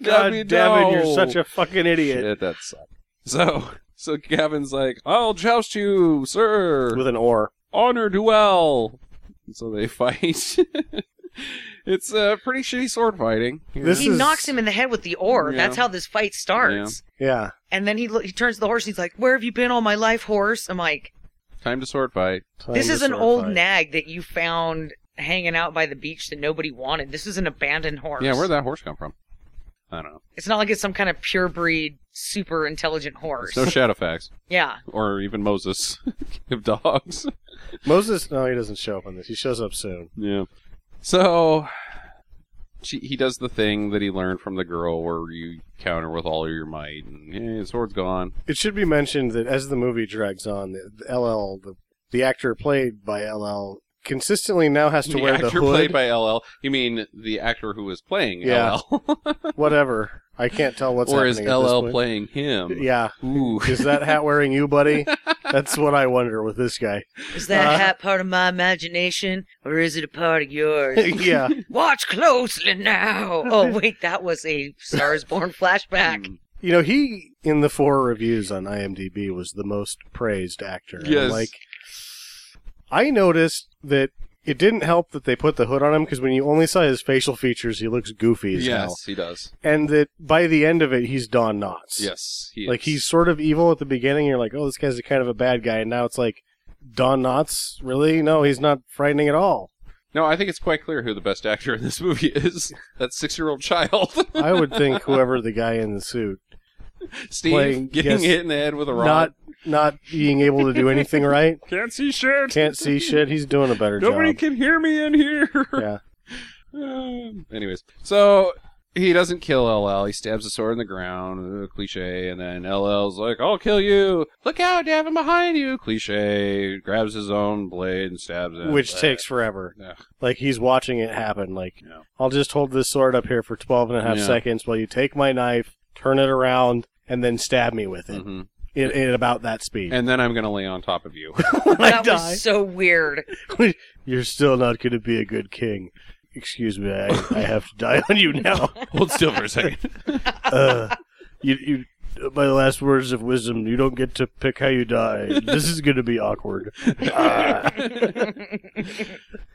S2: god
S1: Galgi,
S2: damn it,
S1: no.
S2: you're such a fucking idiot.
S1: Shit, that sucked. So, so Gavin's like, I'll joust you, sir.
S2: With an oar.
S1: honor duel. And so they fight. it's uh, pretty shitty sword fighting.
S2: This
S3: he
S2: is-
S3: knocks him in the head with the oar.
S1: Yeah.
S3: That's how this fight starts.
S2: Yeah.
S3: And then he lo- he turns to the horse and he's like, "Where have you been all my life, horse?" I'm like,
S1: Time to sword fight.
S2: Time
S3: "This
S2: to
S3: is an
S2: sword
S3: old
S2: fight.
S3: nag that you found hanging out by the beach that nobody wanted. This is an abandoned horse.
S1: Yeah, where'd that horse come from? I don't know.
S3: It's not like it's some kind of pure breed, super intelligent horse.
S1: There's no Shadowfax
S3: yeah,
S1: or even Moses of dogs.
S2: Moses. No, he doesn't show up on this. He shows up soon.
S1: Yeah. So she, he does the thing that he learned from the girl, where you counter with all of your might, and yeah, his sword's gone.
S2: It should be mentioned that as the movie drags on, the, the LL, the, the actor played by LL, consistently now has to
S1: the
S2: wear
S1: actor
S2: the hood.
S1: played by LL. You mean the actor who was playing
S2: Yeah.
S1: LL,
S2: whatever. I can't tell what's
S1: or is
S2: happening. at
S1: LL
S2: this point.
S1: playing him?
S2: Yeah.
S1: Ooh.
S2: Is that hat wearing you, buddy? That's what I wonder with this guy.
S3: Is that
S2: Uh,
S3: hat part of my imagination, or is it a part of yours?
S2: yeah.
S3: Watch closely now. Oh wait, that was a Stars Born flashback.
S1: Mm.
S2: You know, he in the four reviews on IMDb was the most praised actor. And,
S1: Yes.
S2: Like I noticed that it didn't help that they put the hood on him because when you only saw his facial features, he looks goofy as
S1: yes,
S2: hell.
S1: he does.
S2: And that by the end of it, he's Don Knotts.
S1: Yes, he
S2: Like
S1: is.
S2: he's sort of evil at the beginning. You're like, oh, this guy's a kind of a bad guy, and now it's like, Don Knotts, really? No, he's not frightening at all.
S1: No, I think it's quite clear who the best actor in this movie is. That six-year-old child,
S2: I would think whoever the guy in the suit,
S1: Steve,
S2: Playing-
S1: getting
S2: yes.
S1: hit in the head with a rod.
S2: not not being able to do anything right,
S1: Can't see shit.
S2: can't see shit, he's doing a better
S1: Nobody
S2: job.
S1: can hear me in here.
S2: Yeah.
S1: Um, anyways, so he doesn't kill LL. He stabs a sword in the ground, uh, cliche, and then LL's like, "I'll kill you! Look out, Davin behind you!" Cliche. Grabs his own blade and stabs it,
S2: Which takes forever.
S1: Yeah.
S2: Like he's watching it happen. Like
S1: Yeah.
S2: I'll just hold this sword up here for 12 and a half
S1: Yeah.
S2: seconds while you take my knife, turn it around, and then stab me with it.
S1: Mhm.
S2: In, in about that speed.
S1: And then I'm gonna lay on top of you.
S2: when I
S3: that
S2: die,
S3: was so weird.
S2: you're still not going to be a good king. Excuse me, I, I have to die on you now.
S1: Hold still for a second.
S2: Uh, you, you, my last words of wisdom. You don't get to pick how you die. This is going to be awkward. Ah.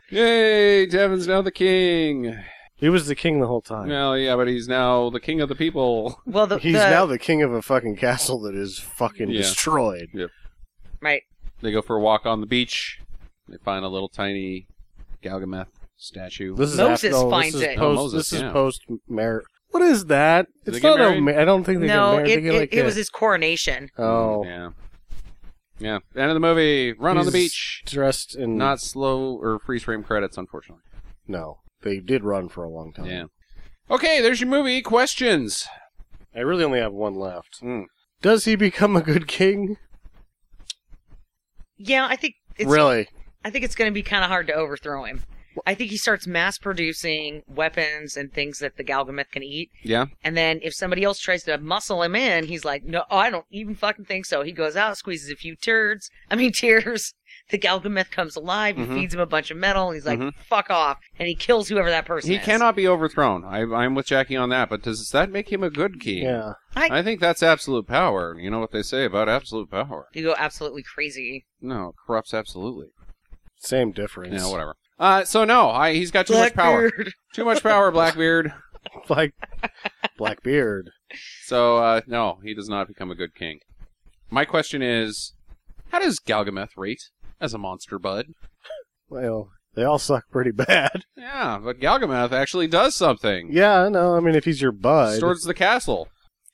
S1: Yay, Devin's now the king.
S2: He was the king the whole time.
S1: Well, yeah, but he's now the king of the people.
S3: Well, the,
S2: He's
S3: the-
S2: now the king of a fucking castle that is fucking
S1: Yeah.
S2: destroyed.
S3: right.
S1: They go for a walk on the beach. They find a little tiny Galgameth statue.
S2: This is
S3: Moses
S2: after, no,
S3: finds
S2: this is
S3: it.
S1: Oh,
S2: Post,
S1: Moses,
S2: this is
S1: yeah.
S2: post marriage. What is that?
S1: Did they
S2: It's
S1: get
S2: not a.
S1: married?
S2: ma- I don't think they
S3: No,
S2: get married.
S3: it,
S2: They get
S3: it,
S2: like
S3: it
S2: a-
S3: was his coronation.
S2: Oh,
S1: Yeah. Yeah. End of the movie. Run on the
S2: He's
S1: beach.
S2: Dressed in
S1: Not slow or freeze frame credits, unfortunately.
S2: No, they did run for a long time.
S1: Yeah. Okay, there's your movie. Questions.
S2: I really only have one left.
S1: Mm.
S2: Does he become a good king?
S3: Yeah, I think it's
S2: really?
S3: I think it's going to be kind of hard to overthrow him. I think he starts mass producing weapons and things that the Galgameth can eat.
S1: Yeah.
S3: And then if somebody else tries to muscle him in, he's like, no, I don't even fucking think so. He goes out, squeezes a few turds, I mean, tears. The Galgameth comes alive. He
S1: Mhm.
S3: feeds him a bunch of metal. And he's like,
S1: Mhm.
S3: fuck off. And he kills whoever that person
S1: He
S3: is.
S1: cannot be overthrown. I, I'm with Jackie on that, but does that make him a good king?
S2: Yeah.
S1: I think that's absolute power. You know what they say about absolute power.
S3: You go absolutely crazy.
S1: No, it corrupts absolutely.
S2: Same difference.
S1: Yeah, whatever. Uh, so no, I, he's got too much power.
S3: Blackbeard.
S1: Too much power, Blackbeard.
S2: Like Blackbeard.
S1: So uh, no, he does not become a good king. My question is, how does Galgameth rate as a monster bud?
S2: Well, they all suck pretty bad.
S1: Yeah, but Galgameth actually does something.
S2: Yeah, no, I mean if he's your bud,
S1: Storms the castle.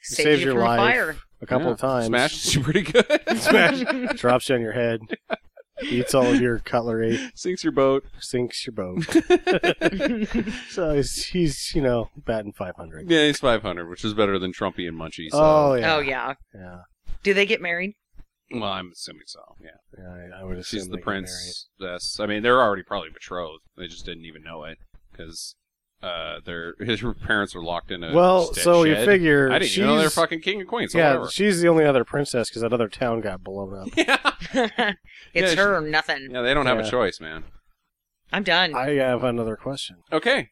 S3: Saved
S2: saves
S3: you
S2: your
S3: from
S2: life.
S3: fire.
S2: a couple
S1: Yeah,
S2: of times,
S1: Smashes you pretty good.
S2: Smash. drops you on your head, eats all of your cutlery,
S1: Sinks your boat.
S2: sinks your boat. so he's, he's you know batting 500.
S1: Yeah, he's 500, which is better than Trumpy and Munchie. So.
S2: Oh yeah,
S3: Oh, yeah.
S2: yeah.
S3: Do they get married?
S1: Well, I'm assuming so. Yeah.
S2: yeah I, I would assume
S1: She's
S2: they
S1: the
S2: get
S1: princess. I mean, they're already probably betrothed. They just didn't even know it because uh, their his parents are locked in a
S2: well,
S1: st-
S2: so you
S1: uh, shed.
S2: figure
S1: I didn't even know they're
S2: she's-
S1: fucking king and queen. So
S2: yeah,
S1: whatever.
S2: she's the only other princess because that other town got blown up.
S1: yeah,
S3: it's
S1: she-
S3: her or nothing.
S1: yeah, they don't have
S2: Yeah.
S1: a choice, man.
S3: I'm done.
S2: I have another question.
S1: Okay,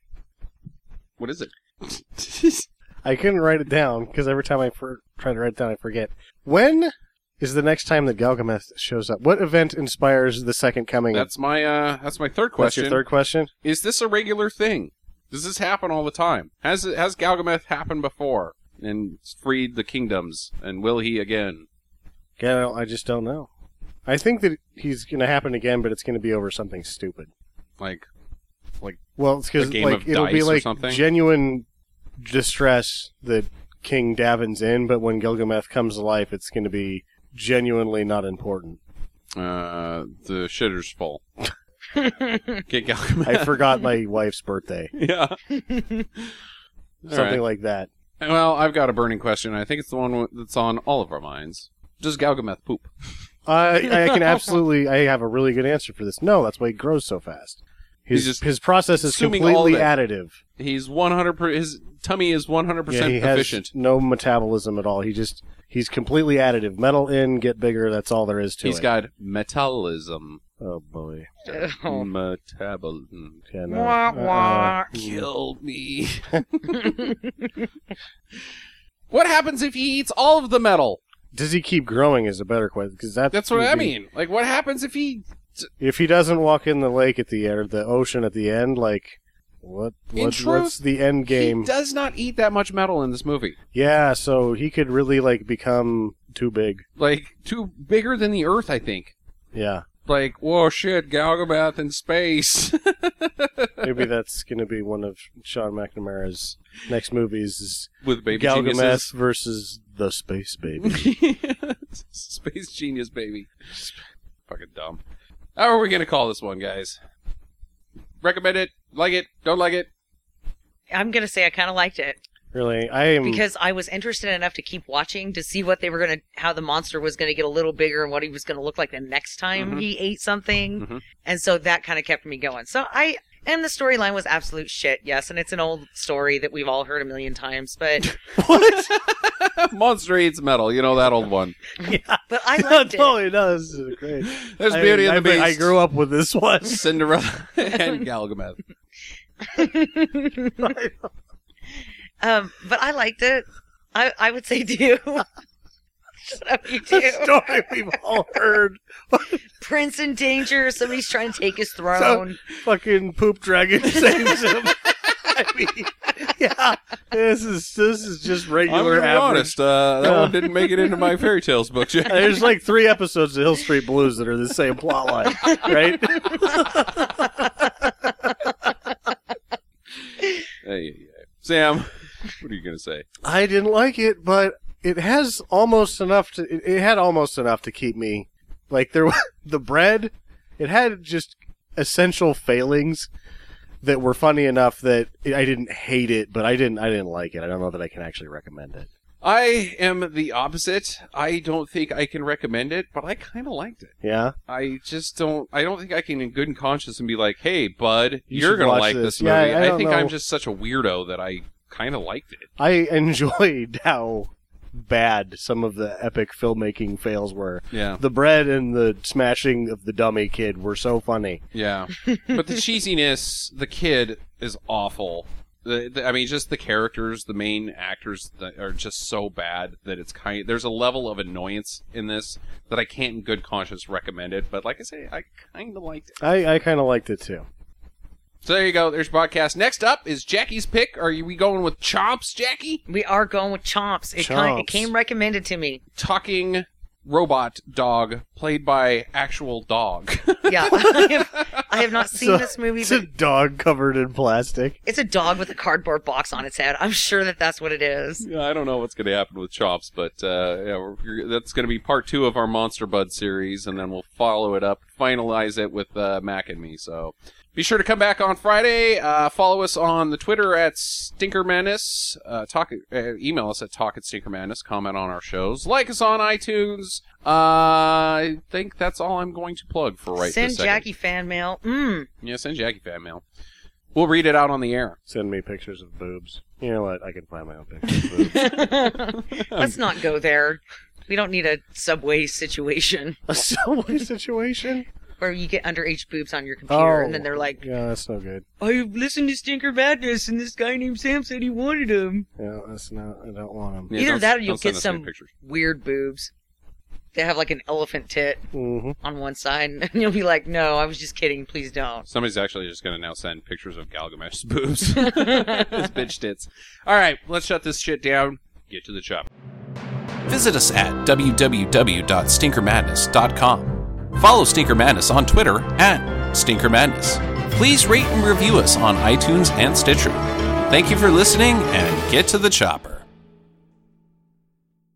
S1: what is it?
S2: I couldn't write it down because every time I for- try to write it down, I forget. When is the next time that Galgameth shows up? What event inspires the second coming?
S1: that's my uh, that's my third
S2: That's
S1: question.
S2: your third question.
S1: Is this a regular thing? Does this happen all the time? Has it has Galgameth happened before and freed the kingdoms? And will he again?
S2: Yeah, I don't- I just don't know. I think that he's going to happen again, but it's going to be over something stupid.
S1: Like
S2: Well, it's because
S1: A game
S2: like
S1: of
S2: it'll be
S1: dice or
S2: like
S1: something?
S2: genuine distress that King Davin's in, but when Gilgameth comes to life, it's going to be genuinely not important.
S1: uh, the shitter's full. Get Galgameth.
S2: I forgot my wife's birthday,
S1: yeah. All
S2: something
S1: right.
S2: like that.
S1: Well, I've got a burning question. I think it's the one w- that's on all of our minds. Does Galgameth poop?
S2: I I can absolutely. I have a really good answer for this. No, that's why he grows so fast. His
S1: He's just
S2: his process is
S1: consuming all
S2: completely
S1: of it.
S2: additive.
S1: He's 100. Per- his tummy is 100
S2: Yeah,
S1: percent
S2: he
S1: efficient.
S2: has no metabolism at all. He just he's completely additive. Metal in, get bigger. That's all there is to
S1: He's
S2: it.
S1: got metabolism.
S2: oh boy,
S3: Oh.
S1: Metabolism.
S2: yeah, no.
S3: Wah,
S2: Uh-uh.
S3: wah.
S1: Kill me. what happens if he eats all of the metal?
S2: Does he keep growing? Is a better question because that,
S1: That's what
S2: would
S1: I
S2: be-
S1: mean. Like, what happens if he
S2: If he doesn't walk in the lake at the or the ocean at the end, like what,
S1: In
S2: what
S1: truth,
S2: what's the end
S1: He
S2: game?
S1: does not eat that much metal in this movie.
S2: yeah, so he could really like become too big.
S1: Like, too bigger than the Earth, I think.
S2: Yeah,
S1: Like, whoa, shit, Galgabath in space.
S2: maybe that's going to be one of Sean McNamara's next movies: is
S1: With baby
S2: Galgameth versus the Space Baby.
S1: geniuses. space genius baby. Fucking dumb. How are we gonna call this one, guys? Recommend it, like it, don't like it.
S3: I'm gonna say I kind of liked it
S2: really, I am.
S3: because I was interested enough to keep watching to see what they were gonna, how the monster was gonna get a little bigger and what he was gonna look like the next time
S1: Mhm.
S3: he ate something,
S1: Mhm.
S3: and so that kind of kept me going. So I and the storyline was absolute shit, yes, and it's an old story that we've all heard a million times, but
S1: What? Monster eats metal. You know that old one.
S3: but I
S2: no,
S3: liked it.
S2: totally no, this is great.
S1: There's
S2: I-
S1: Beauty
S2: I,
S1: and the Beast.
S2: I grew up with this one.
S1: Cinderella and Galgameth.
S3: um, but I liked it. I I would say do. Shut up, you do.
S2: The story we've all heard.
S3: Prince in danger. Somebody's trying to take his throne.
S2: Fucking poop dragon saves him. I mean, yeah, this is this is just
S1: I'm
S2: regular
S1: gonna be
S2: average.
S1: honest. Uh, that
S2: Yeah.
S1: one didn't make it into my fairy tales book. Jack.
S2: There's like three episodes of Hill Street Blues that are the same plot line, right?
S1: Hey, hey, hey. Sam, what are you gonna say?
S2: I didn't like it, but it has almost enough to. It, it had almost enough to keep me. Like there, wa- the bread, it had just essential failings that were funny enough that I didn't hate it, but I didn't. I didn't like it. I don't know that I can actually recommend it.
S1: I am the opposite. I don't think I can recommend it, but I kind of liked it.
S2: Yeah,
S1: I just don't. I don't think I can, in good conscience, and be like, "Hey, bud,
S2: You
S1: you are
S2: should
S1: gonna
S2: watch
S1: like
S2: this."
S1: this,
S2: Yeah,
S1: movie."
S2: I- I don't
S1: think I'm
S2: know.
S1: just such a weirdo that I kind of liked it.
S2: I enjoyed how bad some of the epic filmmaking fails were.
S1: Yeah,
S2: The bread and the smashing of the dummy kid were so funny.
S1: yeah. but the cheesiness, the kid is awful. The, the, I mean, just the characters, the main actors that are just so bad that it's kind. There's a level of annoyance in this that I can't, in good conscience, recommend it. But like I say, I kind of liked it.
S2: I, I kind of liked it too.
S1: So there you go. There's your podcast. Next up is Jackie's pick. Are you- we going with Chomps, Jackie?
S3: We are going with Chomps. It kind it
S2: Chomps.
S3: came recommended to me.
S1: Talking robot dog played by actual dog.
S3: Yeah, I have, I have not seen
S2: So-
S3: this movie.
S2: It's a
S3: But
S2: dog covered in plastic.
S3: it's a dog with a cardboard box on its head. I'm sure that that's what it is.
S1: yeah, I don't know what's going to happen with Chomps, but uh, yeah, we're, that's going to be part two of our Monster Bud series, and then we'll follow it up, finalize it with uh, Mac and me. So be sure to come back on Friday. Uh, follow us on the Twitter at Stinker Madness. Uh, talk, uh, email us at talk at Stinker Madness. Comment on our shows. Like us on iTunes. Uh, I think that's all I'm going to plug for right
S3: Send
S1: this second.
S3: Jackie fan mail. Mm.
S1: Yeah, send Jackie fan mail. We'll read it out on the air.
S2: Send me pictures of boobs. You know what? I can find my own pictures of boobs.
S3: Let's not go there. We don't need a subway situation
S2: A subway situation?
S3: where you get underage boobs on your computer
S2: Oh.
S3: and then they're like,
S2: Yeah, that's no good.
S3: I've listened to Stinker Madness and this guy named Sam said he wanted him.
S2: Yeah, that's not. I don't want them.
S1: Yeah,
S3: Either
S1: don't-
S3: that or you'll
S1: don't send
S3: get
S1: us any
S3: some-
S1: pictures.
S3: Weird boobs. They have like an elephant tit
S2: Mm-hmm.
S3: on one side and you'll be like, no, I was just kidding. Please don't.
S1: Somebody's actually just gonna now send pictures of Galgamesh's boobs. His bitch tits. All right, let's shut this shit down. Get to the chop.
S4: Visit us at www.stinkermadness.com. Follow Stinker Madness on Twitter at Stinker Madness. Please rate and review us on iTunes and Stitcher. Thank you for listening and get to the chopper.